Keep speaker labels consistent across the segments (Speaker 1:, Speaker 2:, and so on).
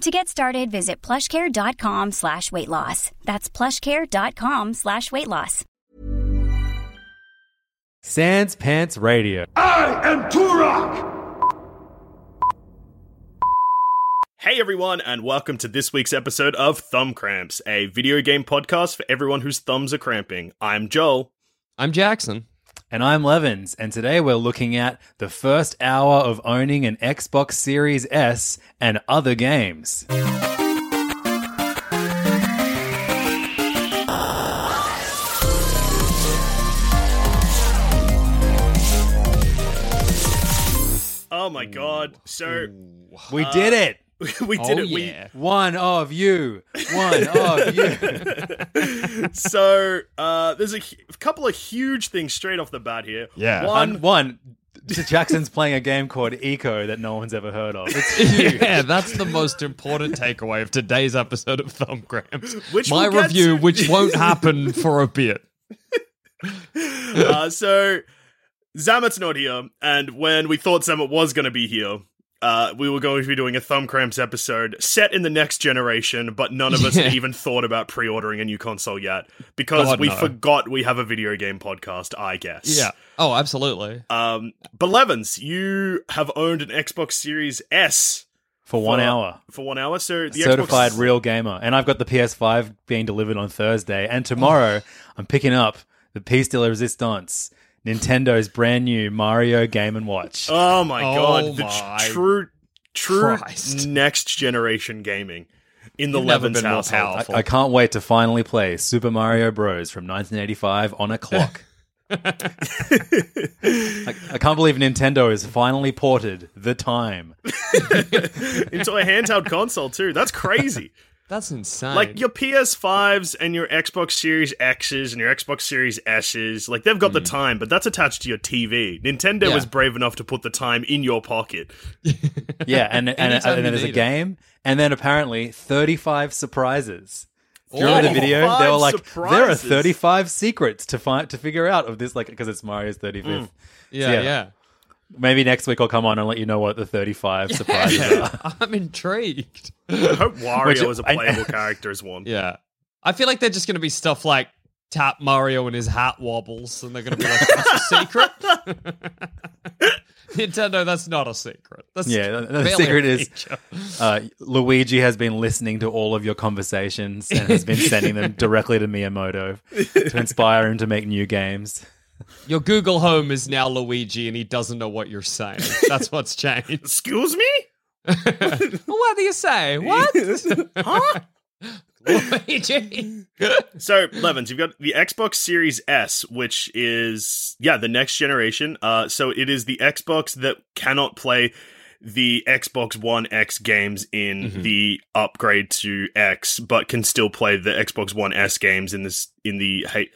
Speaker 1: To get started, visit plushcare.com slash weight loss. That's plushcare.com slash weight loss.
Speaker 2: Sans Pants Radio.
Speaker 3: Hey everyone, and welcome to this week's episode of Thumb Cramps, a video game podcast for everyone whose thumbs are cramping. I'm Joel.
Speaker 2: I'm Jackson.
Speaker 4: And I'm Levins, and today we're looking at the first hour of owning an Xbox Series S and other games.
Speaker 3: Oh my god. So
Speaker 4: We did it!
Speaker 3: we did
Speaker 4: Oh,
Speaker 3: it. We
Speaker 4: One of you! One of you!
Speaker 3: so uh there's a hu- couple of huge things straight off the bat here.
Speaker 5: Yeah.
Speaker 3: One
Speaker 4: One, one. Jackson's playing a game called Eco that no one's ever heard of. It's
Speaker 5: yeah, that's the most important takeaway of today's episode of Thumb Cramps.
Speaker 3: Which
Speaker 5: My
Speaker 3: we'll get
Speaker 5: review,
Speaker 3: to.
Speaker 5: which won't happen for a bit.
Speaker 3: uh, so Zamet's not here, and when we thought Zamet was going to be here, uh, we were going to be doing a thumb cramps episode set in the next generation, but none of us had even thought about pre-ordering a new console yet because
Speaker 5: God,
Speaker 3: we
Speaker 5: no.
Speaker 3: forgot we have a video game podcast. I guess.
Speaker 5: Yeah. Oh, absolutely.
Speaker 4: Uh,
Speaker 3: Um, but Levins, you have owned an Xbox Series S
Speaker 4: for one
Speaker 3: for-
Speaker 4: hour.
Speaker 3: for one hour, so the
Speaker 4: Certified
Speaker 3: Xbox...
Speaker 4: real gamer. And I've got the PS5 being delivered on Thursday. And tomorrow, I'm picking up the Piece de la Resistance, Nintendo's brand new Mario Game and Watch.
Speaker 3: Oh my
Speaker 5: Oh
Speaker 3: god! The
Speaker 5: my
Speaker 3: tr- true, true
Speaker 5: Christ.
Speaker 3: next generation gaming in the
Speaker 5: You've never
Speaker 3: Levins
Speaker 5: been more
Speaker 3: household.
Speaker 5: powerful.
Speaker 4: I can't wait to finally play Super Mario Bros. from 1985 on a clock. I, I can't believe Nintendo has finally ported the time.
Speaker 3: into a handheld console too. That's crazy.
Speaker 5: That's insane.
Speaker 3: Like your PS5s and your Xbox Series X's and your Xbox Series S's, like they've got the time, but that's attached to your TV. Nintendo
Speaker 5: Yeah.
Speaker 3: was brave enough to put the time in your pocket.
Speaker 4: Yeah, and and, and,
Speaker 5: Anytime you
Speaker 4: then there's a
Speaker 5: need it.
Speaker 4: game, and then apparently 35 surprises.
Speaker 5: Oh,
Speaker 4: Do you remember the
Speaker 3: 35
Speaker 4: video? They were like, there are
Speaker 3: surprises.
Speaker 4: 35 secrets to find to figure out of this, like because it's Mario's 35th.
Speaker 5: yeah,
Speaker 4: yeah.
Speaker 5: yeah.
Speaker 4: Maybe next week I'll come on and let you know what the 35 surprises are.
Speaker 5: I'm intrigued.
Speaker 3: I hope Wario is a
Speaker 4: I-
Speaker 3: playable character as one.
Speaker 5: Yeah. I feel like they're just going to be stuff like tap Mario and his hat wobbles, and they're going to be like, that's a secret. Nintendo, that's not a secret. That's
Speaker 4: Yeah, the- the
Speaker 5: barely a
Speaker 4: secret is-
Speaker 5: feature.
Speaker 4: Uh, Luigi has been listening to all of your conversations and has been sending them directly to Miyamoto to inspire him to make new games.
Speaker 5: Your Google Home is now Luigi, and he doesn't know what you're saying. That's what's changed.
Speaker 3: Excuse me?
Speaker 5: what do you say? What? huh? Luigi.
Speaker 3: So, Levins, you've got the Xbox Series S, which is yeah, the next generation. Uh, so it is the Xbox that cannot play the Xbox One X games in
Speaker 4: Mm-hmm.
Speaker 3: the upgrade to X, but can still play the Xbox One S games in this in the hey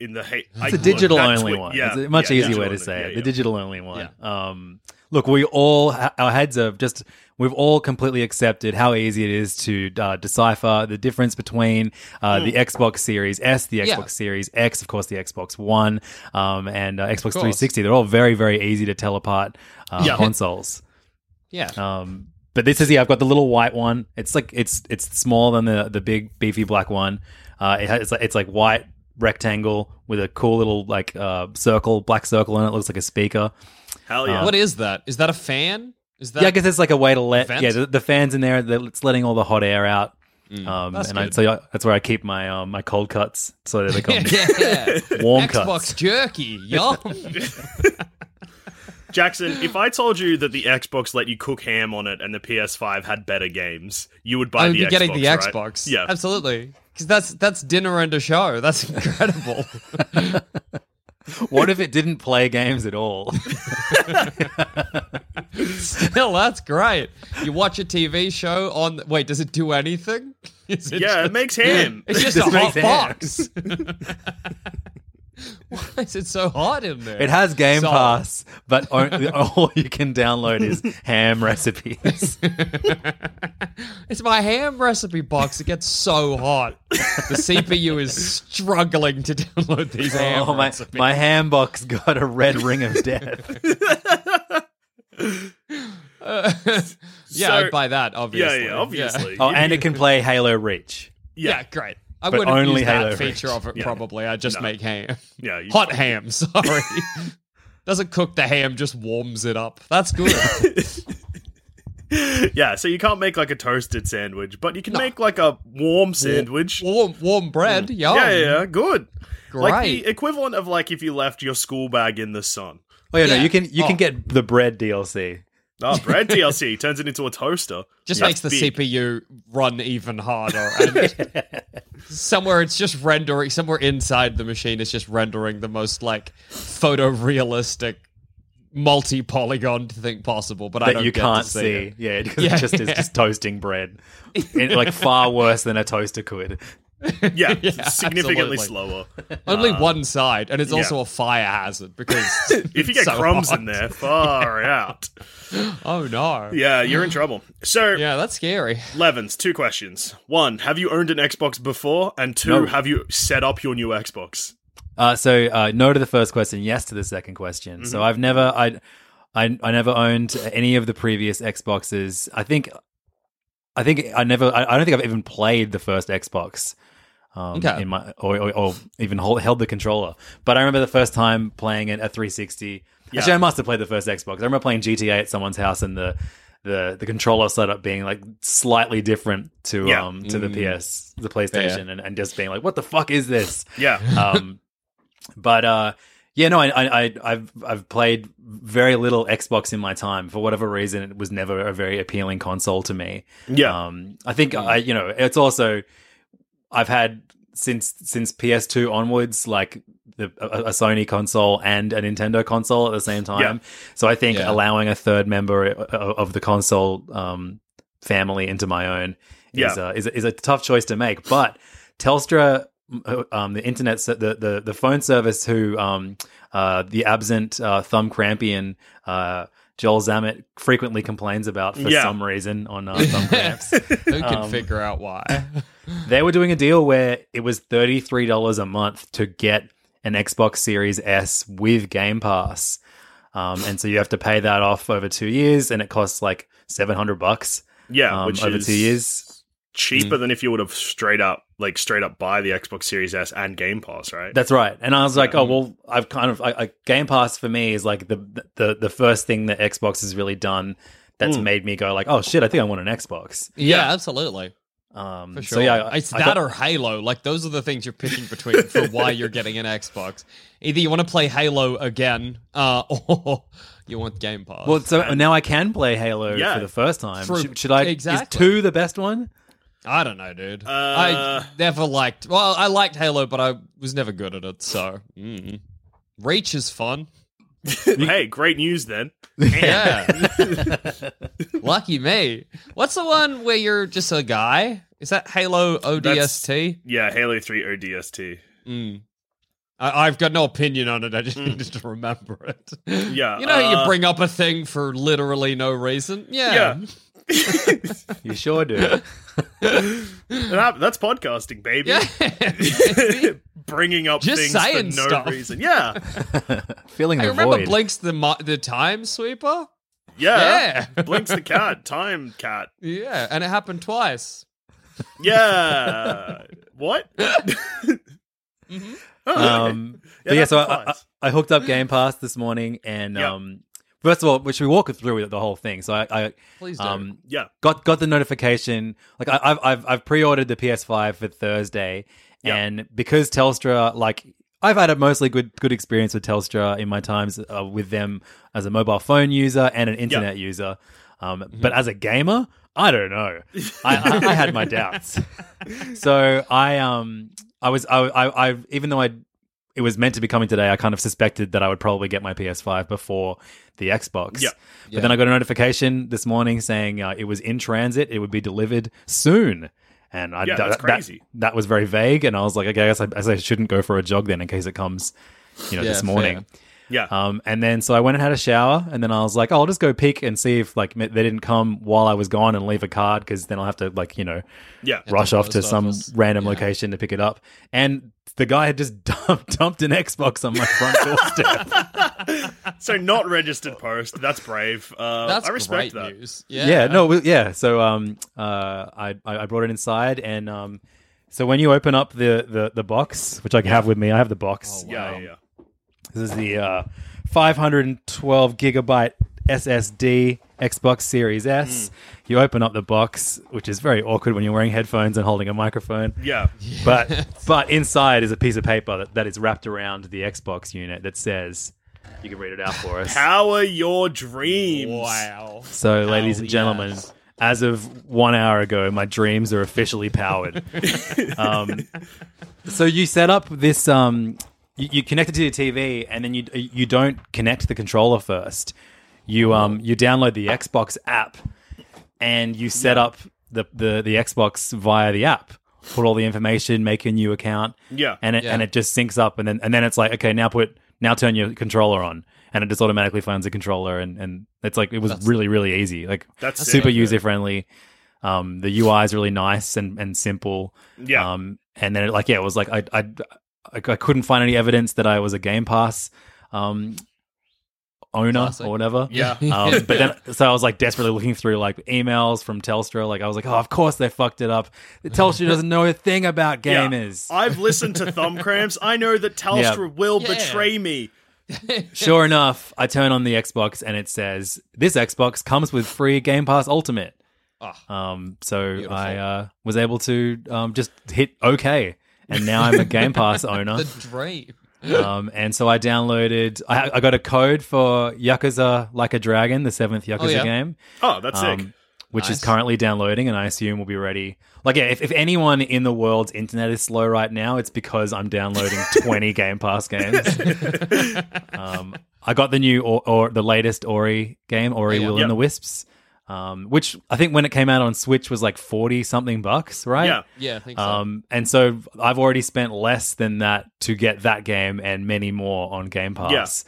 Speaker 3: in the hey. I-
Speaker 4: It's a digital
Speaker 3: that's
Speaker 4: only
Speaker 3: what-
Speaker 4: one.
Speaker 3: yeah,
Speaker 4: it's a much
Speaker 3: yeah,
Speaker 4: easier
Speaker 3: digital
Speaker 4: way to
Speaker 3: only,
Speaker 4: say it.
Speaker 3: yeah,
Speaker 4: The
Speaker 3: yeah.
Speaker 4: digital only one. Um, look, we all our heads are just. We've all completely accepted how easy it is to uh, decipher the difference between uh, the
Speaker 3: Mm.
Speaker 4: Xbox Series S, the Xbox
Speaker 5: Yeah.
Speaker 4: Series X, of course, the Xbox One, um, and uh, Xbox
Speaker 5: course.
Speaker 4: 360. They're all very, very easy to tell apart uh,
Speaker 3: Yeah.
Speaker 4: consoles.
Speaker 5: Yeah.
Speaker 4: Um, but this is yeah, I've got the little white one. It's like it's it's smaller than the the big beefy black one. Uh, it has, it's like it's like white rectangle with a cool little like uh circle black circle on it. Looks like a speaker.
Speaker 3: Hell yeah!
Speaker 5: what is that? Is that a fan? Is that
Speaker 4: yeah, I guess it's like a way to let
Speaker 5: Vent?
Speaker 4: yeah the, the fans in there. that It's letting all the hot air out. Um,
Speaker 5: Mm. That's
Speaker 4: and I,
Speaker 5: good.
Speaker 4: so yeah, that's where I keep my um, my cold cuts. So they call me
Speaker 5: Yeah.
Speaker 4: warm
Speaker 5: Xbox
Speaker 4: cuts.
Speaker 5: jerky. Yum.
Speaker 3: Jackson, if I told you that the Xbox let you cook ham on it and the PS5 had better games, you would buy
Speaker 5: I would
Speaker 3: the
Speaker 5: be
Speaker 3: Xbox.
Speaker 5: getting the
Speaker 3: right?
Speaker 5: Xbox.
Speaker 3: Yeah.
Speaker 5: absolutely. Because that's that's dinner and a show. That's incredible.
Speaker 4: What if it didn't play games at all?
Speaker 5: Still, that's great. You watch a TV show on. Wait, does it do anything? Is it
Speaker 3: Yeah, it
Speaker 5: just-
Speaker 3: makes ham.
Speaker 5: it's just a
Speaker 4: This
Speaker 5: hot
Speaker 4: makes
Speaker 5: box. Why is it so hot in there?
Speaker 4: It has Game
Speaker 5: Solid.
Speaker 4: Pass, but only, all you can download is ham recipes.
Speaker 5: It's my ham recipe box. It gets so hot. The CPU is struggling to download these ham
Speaker 4: oh, my,
Speaker 5: recipes.
Speaker 4: my ham box got a red ring of death.
Speaker 5: Uh, yeah,
Speaker 3: So-
Speaker 5: I'd buy that.
Speaker 3: yeah,
Speaker 5: Obviously.
Speaker 3: yeah, obviously.
Speaker 4: Oh, and it can play Halo Reach.
Speaker 5: Yeah,
Speaker 3: yeah,
Speaker 5: great. I
Speaker 4: But
Speaker 5: wouldn't
Speaker 4: only
Speaker 5: use
Speaker 4: Halo
Speaker 5: that feature
Speaker 4: Reach.
Speaker 5: of it. Probably, I just make ham.
Speaker 3: yeah. you-
Speaker 5: Hot ham. Sorry. Doesn't cook the ham, just warms it up. That's good.
Speaker 3: Yeah, so you can't make like a toasted sandwich, but you can make like a warm sandwich.
Speaker 5: warm, warm bread. Yum.
Speaker 3: Mm. yeah, yeah, yeah, good. Like
Speaker 5: Great.
Speaker 3: the equivalent of like if you left your school bag in the sun.
Speaker 4: Oh yeah, no,
Speaker 5: Yeah.
Speaker 4: you can you
Speaker 5: Oh.
Speaker 4: can get the bread DLC.
Speaker 3: Oh, bread DLC turns it into a toaster.
Speaker 5: Just
Speaker 3: Yeah.
Speaker 5: makes the
Speaker 3: Big.
Speaker 5: CPU run even harder. And somewhere it's just rendering. Somewhere inside the machine is just rendering the most like photorealistic, multi-polygon thing possible. But I
Speaker 4: that
Speaker 5: don't
Speaker 4: you
Speaker 5: get
Speaker 4: can't
Speaker 5: to
Speaker 4: see.
Speaker 5: see. it.
Speaker 4: Yeah, because
Speaker 5: Yeah,
Speaker 4: it just is
Speaker 5: yeah.
Speaker 4: just toasting bread, It- like far worse than a toaster could.
Speaker 3: Yeah,
Speaker 5: Yeah, absolutely.
Speaker 3: significantly slower.
Speaker 5: Only one side, and it's
Speaker 3: Uh, yeah.
Speaker 5: also a fire hazard because
Speaker 3: If you get
Speaker 5: so
Speaker 3: crumbs
Speaker 5: hot.
Speaker 3: in there, far out.
Speaker 5: oh no.
Speaker 3: Yeah, you're in trouble. So,
Speaker 5: Yeah, that's scary.
Speaker 3: Levens, two questions. One, have you owned an Xbox before? And two,
Speaker 4: No.
Speaker 3: have you set up your new Xbox?
Speaker 4: Uh, so uh, no to the first question, yes to the second question. So I've never I, I I never owned any of the previous Xboxes. I think I think I never I, I don't think I've even played the first Xbox. Um,
Speaker 5: Okay.
Speaker 4: in my or, or, or even hold, held the controller. But I remember the first time playing it at 360. Actually, I must have played the first Xbox. I remember playing GTA at someone's house and the the, the controller setup being like slightly different to
Speaker 3: Yeah.
Speaker 4: um to the PS the PlayStation and, and just being like what the fuck is this
Speaker 3: Yeah.
Speaker 5: Uh,
Speaker 4: um, but uh, yeah, no, I, I, I, I've I've played very little Xbox in my time for whatever reason. It was never a very appealing console to me.
Speaker 3: Yeah.
Speaker 4: Um, I think I, you know, it's also I've had since since PS2 onwards, like the, a, a Sony console and a Nintendo console at the same time. So I think
Speaker 5: Yeah.
Speaker 4: allowing a third member o- o- of the console um, family into my own is,
Speaker 3: Yeah.
Speaker 4: uh, is a- is a tough choice to make. But Telstra. uh, Um, the internet, ser- the, the the phone service, who um, uh, the absent uh, thumb crampian uh, Joel Zammett frequently complains about for
Speaker 3: Yeah.
Speaker 4: some reason on uh, thumb cramps.
Speaker 5: Who can
Speaker 4: Um,
Speaker 5: figure out why?
Speaker 4: They were doing a deal where it was $33 a month to get an Xbox Series S with Game Pass. Um, and so you have to pay that off over two years and it costs like 700 bucks
Speaker 3: Yeah.
Speaker 4: um,
Speaker 3: which
Speaker 4: over
Speaker 3: is
Speaker 4: two years. Mm.
Speaker 3: cheaper than if you would have straight up, like, straight up buy the Xbox Series S and Game Pass, right?
Speaker 4: That's right. And I was like, oh, well, I've kind of, I, I, Game Pass for me is like the, the, the first thing that Xbox has really done that's
Speaker 3: Hmm.
Speaker 4: made me go like, oh shit, I think I want an Xbox.
Speaker 5: yeah,
Speaker 3: yeah.
Speaker 5: absolutely.
Speaker 4: Um,
Speaker 5: For
Speaker 4: so
Speaker 5: sure.
Speaker 4: yeah,
Speaker 5: it's
Speaker 4: I
Speaker 5: that
Speaker 4: got-
Speaker 5: or Halo. Like those are the things you're picking between for why you're getting an Xbox. Either you want to play Halo again, uh, or you want Game Pass.
Speaker 4: well, so now I can play Halo
Speaker 3: Yeah.
Speaker 4: for the first time.
Speaker 5: Through-
Speaker 4: should, should I? Is
Speaker 5: exactly.
Speaker 4: two the best one?
Speaker 5: I don't know, dude.
Speaker 3: Uh,
Speaker 5: I never liked. Well, I liked Halo, but I was never good at it. So mm. Reach is fun.
Speaker 3: hey, great news then.
Speaker 5: Yeah. Lucky me. What's the one where you're just a guy? Is that Halo ODST?
Speaker 3: Yeah, Halo 3 ODST.
Speaker 5: Mm. I, I've got no opinion on it. I just needed to remember it.
Speaker 3: Mm. Yeah,
Speaker 5: You know, how
Speaker 3: uh,
Speaker 5: you bring up a thing for literally no reason. Yeah.
Speaker 3: Yeah.
Speaker 4: You sure do.
Speaker 3: That- that's podcasting, baby. Bringing up
Speaker 5: Just
Speaker 3: things
Speaker 5: saying
Speaker 3: for no
Speaker 5: stuff.
Speaker 3: reason. Yeah.
Speaker 4: Filling
Speaker 5: I
Speaker 4: the
Speaker 5: remember
Speaker 4: void.
Speaker 5: Blink's the mo- the time sweeper.
Speaker 3: Yeah.
Speaker 5: Yeah.
Speaker 3: Blinks the cat, time cat.
Speaker 5: Yeah, and it happened twice.
Speaker 3: Yeah. what? Oh, okay.
Speaker 4: um, but
Speaker 3: Yeah,
Speaker 4: yeah,
Speaker 3: that
Speaker 4: so I, I,
Speaker 3: applies.
Speaker 4: I hooked up Game Pass this morning, and
Speaker 3: Yeah.
Speaker 4: um, First of all, which we walk through the whole thing. So I, I
Speaker 5: Please do.
Speaker 4: um,
Speaker 3: Yeah.
Speaker 4: got got the notification. Like I, I've I've I've pre-ordered the PS5 for Thursday,
Speaker 3: Yeah.
Speaker 4: and because Telstra, like I've had a mostly good good experience with Telstra in my times uh, with them as a mobile phone user and an internet user, um,
Speaker 3: Mm-hmm.
Speaker 4: but as a gamer, I don't know. I, I, I had my doubts. so I um I was I I, I even though I. It was meant to be coming today. I kind of suspected that I would probably get my PS5 before the Xbox.
Speaker 3: Yeah.
Speaker 4: But then I got a notification this morning saying uh, it was in transit. It would be delivered soon. And I,
Speaker 3: Yeah,
Speaker 4: that-
Speaker 3: that's
Speaker 4: that,
Speaker 3: crazy.
Speaker 4: That, was very vague. And I was like, okay, I guess I, I guess I shouldn't go for a jog then in case it comes, you know,
Speaker 5: Yeah,
Speaker 4: this morning.
Speaker 3: Yeah.
Speaker 4: Um, and then so I went and had a shower, and then I was like, oh, I'll just go peek and see if like m- they didn't come while I was gone and leave a card because then I'll have to like you know
Speaker 3: yeah.
Speaker 4: rush off to
Speaker 5: post
Speaker 4: some
Speaker 5: office.
Speaker 4: random location to pick it up. And the guy had just dumped, dumped an Xbox on my front doorstep.
Speaker 3: So not registered post. That's brave. Uh,
Speaker 5: That's
Speaker 3: I respect
Speaker 5: great
Speaker 3: that.
Speaker 5: news.
Speaker 4: yeah, no, we, yeah. So um, uh, I I I brought it inside, and um, so when you open up the the, the box, which I have with me, I have the box.
Speaker 5: Oh,
Speaker 3: Yeah,
Speaker 4: Um,
Speaker 3: yeah, yeah.
Speaker 4: This is the uh, 512 gigabyte SSD Xbox Series
Speaker 5: Hmm.
Speaker 4: S. You open up the box, which is very awkward when you're wearing headphones and holding a microphone.
Speaker 3: Yeah.
Speaker 4: But but inside is a piece of paper that, that is wrapped around the Xbox unit that says, you can read it out for us.
Speaker 3: Power your dreams.
Speaker 5: Wow.
Speaker 4: So, ladies and
Speaker 5: yes.
Speaker 4: gentlemen, as of one hour ago, my dreams are officially powered. um, so you set up this. Um, you, you connect it to your TV, and then you you don't connect the controller first. You um you download the Xbox app, and you set up the the, the Xbox via the app. Put all the information, make a new account.
Speaker 3: Yeah.
Speaker 4: and it, and
Speaker 5: Yeah.
Speaker 4: it just syncs up, and then and then it's like okay, now put now turn your controller on, and it just automatically finds a controller, and and it's like it was really really easy, like
Speaker 3: That's sick.
Speaker 4: super user friendly. Um, the UI is really nice and and simple.
Speaker 3: Yeah.
Speaker 4: Um, and then it, like yeah, it was like I I I, I couldn't find any evidence that I was a Game Pass um owner
Speaker 5: Classic.
Speaker 4: or whatever.
Speaker 3: Yeah.
Speaker 4: Um, but then, so I was like desperately looking through like emails from Telstra. Like I was like, oh, of course they fucked it up. Telstra doesn't know a thing about
Speaker 3: Yeah.
Speaker 4: gamers.
Speaker 3: I've listened to thumb cramps. I know that Telstra
Speaker 4: Yeah.
Speaker 3: will
Speaker 5: Yeah.
Speaker 3: betray me.
Speaker 4: Sure enough, I turn on the Xbox and it says this Xbox comes with free Game Pass Ultimate. Um, so I uh, was able to um, just hit OK, and now I'm a Game Pass owner.
Speaker 5: The dream.
Speaker 4: Um, and so I downloaded. I, I got a code for Yakuza Like a Dragon, the seventh Yakuza
Speaker 5: yeah.
Speaker 4: game,
Speaker 3: Oh, that's sick.
Speaker 4: um, which is currently downloading, and I assume will be ready. Like, yeah, if, if anyone in the world's internet is slow right now, it's because I'm downloading 20 Game Pass games. um, I got the new or, or the latest Ori game, Ori
Speaker 5: Oh, yeah.
Speaker 4: Will
Speaker 3: Yep.
Speaker 4: and the Wisps, um, which I think when it came out on Switch was like 40 something bucks, right?
Speaker 3: Yeah.
Speaker 5: Yeah, I think so.
Speaker 4: Um, and so I've already spent less than that to get that game and many more on Game Pass.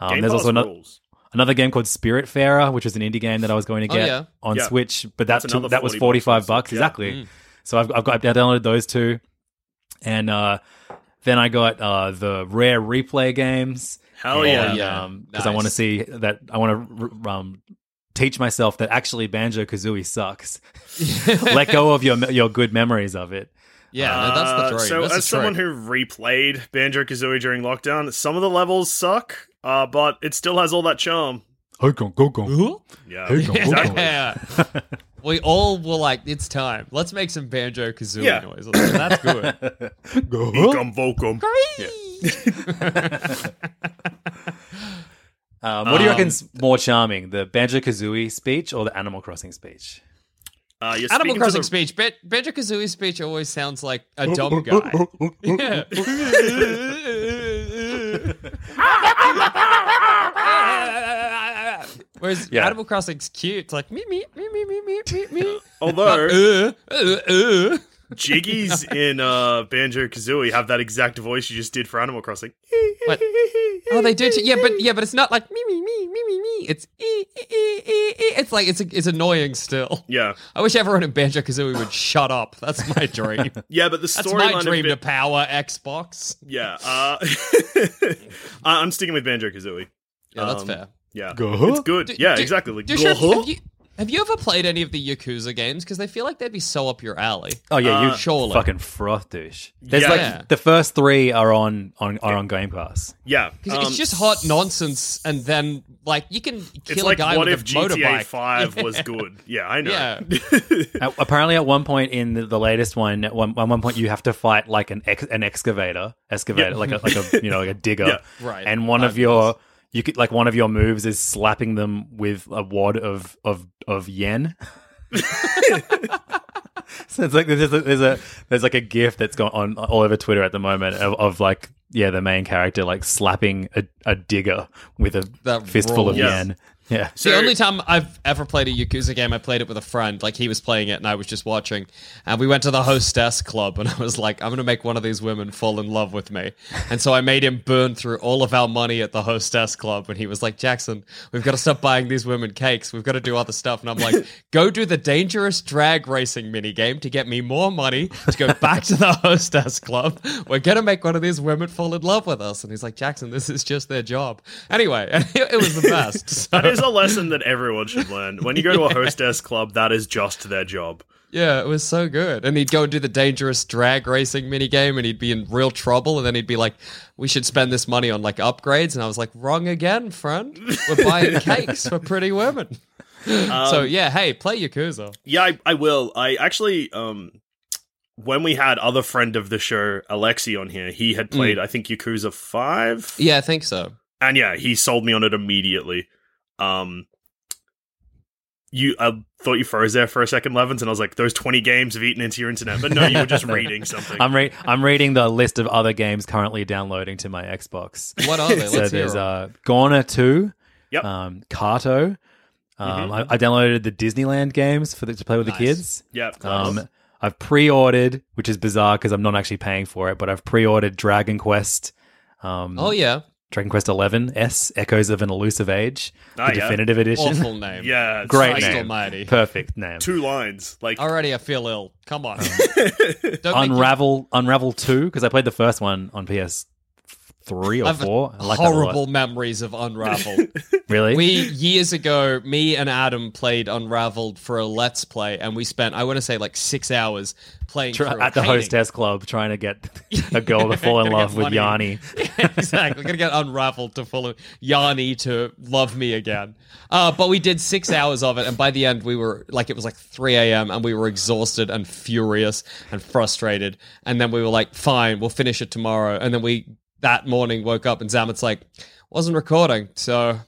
Speaker 4: Um,
Speaker 3: Game
Speaker 4: there's
Speaker 3: Pass
Speaker 4: also another,
Speaker 3: rules.
Speaker 4: another game called Spiritfarer, which was an indie game that I was going to
Speaker 5: Oh,
Speaker 4: get
Speaker 5: yeah.
Speaker 4: on
Speaker 3: Yeah.
Speaker 4: Switch, but that
Speaker 3: That's
Speaker 4: took,
Speaker 3: another
Speaker 4: that was
Speaker 3: 40
Speaker 4: 45
Speaker 3: bucks.
Speaker 4: bucks
Speaker 3: Yeah.
Speaker 4: exactly.
Speaker 5: Mm.
Speaker 4: So I've, I've got I've downloaded those two, and uh, then I got uh, the rare replay games.
Speaker 3: Hell
Speaker 4: and,
Speaker 3: Oh, yeah.
Speaker 5: yeah.
Speaker 4: um, 'cause I
Speaker 5: Nice.
Speaker 4: want to see that I want to um, teach myself that actually Banjo Kazooie sucks. Let go of your your good memories of it.
Speaker 5: yeah, no, that's the
Speaker 3: Uh,
Speaker 5: dream.
Speaker 3: so,
Speaker 5: that's
Speaker 3: as
Speaker 5: the
Speaker 3: someone
Speaker 5: dream.
Speaker 3: who replayed Banjo Kazooie during lockdown, some of the levels suck, uh, but it still has all that charm. Yeah, exactly.
Speaker 5: yeah. we all were like, it's time. Let's make some banjo kazooie
Speaker 3: Yeah.
Speaker 5: noise. That's good.
Speaker 3: Income vocum.
Speaker 4: Um, what do you reckon's more charming, the Banjo Kazooie speech or the Animal Crossing speech?
Speaker 3: Uh, you're speaking
Speaker 5: Animal
Speaker 3: to
Speaker 5: Crossing
Speaker 3: the-
Speaker 5: speech. Ban- banjo kazooie speech always sounds like a dumb guy. Yeah. Whereas
Speaker 4: Yeah.
Speaker 5: Animal Crossing's cute. It's like me, me, me, me, me, me, me, me.
Speaker 3: Although
Speaker 5: Uh, uh, uh.
Speaker 3: Jiggies in uh, Banjo Kazooie have that exact voice you just did for Animal Crossing.
Speaker 5: What? Oh, they do. Too. Yeah, but yeah, but it's not like me, me, me, me, me, me. It's e, ee, ee, ee, ee, ee. e, It's like it's it's annoying still.
Speaker 3: Yeah,
Speaker 5: I wish everyone in Banjo Kazooie would shut up. That's my dream.
Speaker 3: yeah, but the
Speaker 5: That's my
Speaker 3: storyline. of
Speaker 5: dream
Speaker 3: Ba-
Speaker 5: to power Xbox.
Speaker 3: Yeah, uh, I- I'm sticking with Banjo Kazooie.
Speaker 5: Yeah, that's
Speaker 3: Um,
Speaker 5: fair.
Speaker 3: Yeah, it's good.
Speaker 5: Do-
Speaker 3: yeah,
Speaker 5: do-
Speaker 3: exactly. Like,
Speaker 5: do you sure-
Speaker 3: "Go-huh?"
Speaker 5: have you- Have you ever played any of the Yakuza games? Because they feel like they'd be so up your alley.
Speaker 4: Oh yeah,
Speaker 3: Uh,
Speaker 4: you
Speaker 5: surely.
Speaker 4: fucking froth douche. There's
Speaker 5: Uh, Yeah.
Speaker 4: like the first three are on on are on Game Pass.
Speaker 3: Yeah,
Speaker 5: 'Cause
Speaker 3: um,
Speaker 5: it's just hot nonsense, and then like you can
Speaker 3: It's
Speaker 5: kill
Speaker 3: like
Speaker 5: a guy
Speaker 3: what
Speaker 5: with
Speaker 3: if
Speaker 5: a
Speaker 3: GTA
Speaker 5: motorbike.
Speaker 3: Five was good? Yeah, I know.
Speaker 5: Yeah,
Speaker 4: At- apparently, at one point in the, the latest one, at one, at one point you have to fight like an ex, an excavator, excavator, like a like a you know like a digger,
Speaker 3: Yeah.
Speaker 5: Right.
Speaker 4: And one of
Speaker 5: Fabulous.
Speaker 4: your you could like one of your moves is slapping them with a wad of of of yen. so it's like there's a, there's a there's like a gif that's gone on all over Twitter at the moment of, of like yeah the main character like slapping a, a digger with a
Speaker 5: That
Speaker 4: fistful of
Speaker 5: rules.
Speaker 4: yen. Yeah.
Speaker 5: It's the only time I've ever played a Yakuza game, I played it with a friend. Like he was playing it and I was just watching. And we went to the hostess club and I was like, I'm going to make one of these women fall in love with me. And so I made him burn through all of our money at the hostess club. And he was like, Jackson, we've got to stop buying these women cakes. We've got to do other stuff. And I'm like, go do the dangerous drag racing minigame to get me more money to go back to the hostess club. We're going to make one of these women fall in love with us. And he's like, Jackson, this is just their job. Anyway, it, it was the best. So-
Speaker 3: that is a lesson that everyone should learn. When you go to a hostess club, that is just their job.
Speaker 5: Yeah, it was so good. And he'd go and do the dangerous drag racing minigame and he'd be in real trouble. And then he'd be like, we should spend this money on like upgrades. And I was like, wrong again, friend. We're buying cakes for pretty women. so yeah, hey, play Yakuza.
Speaker 3: Yeah, I, I will. I actually, um, when we had other friend of the show Alexi on here, he
Speaker 5: Mm.
Speaker 3: had played, I think, Yakuza Five.
Speaker 5: Yeah, I think so.
Speaker 3: and yeah, he sold me on it immediately. Um, you, I thought you froze there for a second, Levins, and I was like, those twenty games have eaten into your internet, but no, you were just reading something.
Speaker 4: I'm re- I'm reading the list of other games currently downloading to my Xbox.
Speaker 5: What are they?
Speaker 4: so
Speaker 5: Let's hear
Speaker 4: there's
Speaker 5: 'em.
Speaker 4: uh, Goner 2,
Speaker 3: Yep.
Speaker 4: um, Kato.
Speaker 5: Mm-hmm.
Speaker 4: Um, I, I downloaded the Disneyland games for the, to play with the kids.
Speaker 3: yeah, of course.
Speaker 4: Um, I've pre-ordered, which is bizarre because I'm not actually paying for it, but I've pre-ordered Dragon Quest, um,
Speaker 5: oh, yeah.
Speaker 4: Dragon Quest 11 S, Echoes of an Elusive Age,
Speaker 3: Ah,
Speaker 4: the
Speaker 3: yeah.
Speaker 4: definitive edition.
Speaker 5: Awful name.
Speaker 3: yeah, it's
Speaker 4: Great
Speaker 3: like
Speaker 5: Christ
Speaker 4: name.
Speaker 5: almighty.
Speaker 4: Perfect name.
Speaker 3: Two lines, like
Speaker 5: Already I feel ill. Come on. Don't make me-
Speaker 4: Unravel, Unravel 2, because I played the first one on PS3 or
Speaker 5: I have
Speaker 4: 4. I like that a lot.
Speaker 5: horrible memories of Unravel.
Speaker 4: Really?
Speaker 5: We years ago, me and Adam played Unraveled for a Let's Play, and we spent I want to say like six hours playing
Speaker 4: Try-
Speaker 5: through
Speaker 4: at the
Speaker 5: hating.
Speaker 4: hostess club trying to get a girl to fall in
Speaker 5: Gotta get
Speaker 4: love with
Speaker 5: money.
Speaker 4: Yanni.
Speaker 5: exactly. We're gonna get Unraveled to follow Yanni to love me again. Uh, but we did six hours of it, and by the end, we were like it was like three a.m. and we were exhausted and furious and frustrated. And then we were like, "Fine, we'll finish it tomorrow." And then we that morning woke up and Zamet's like, "Wasn't recording, so."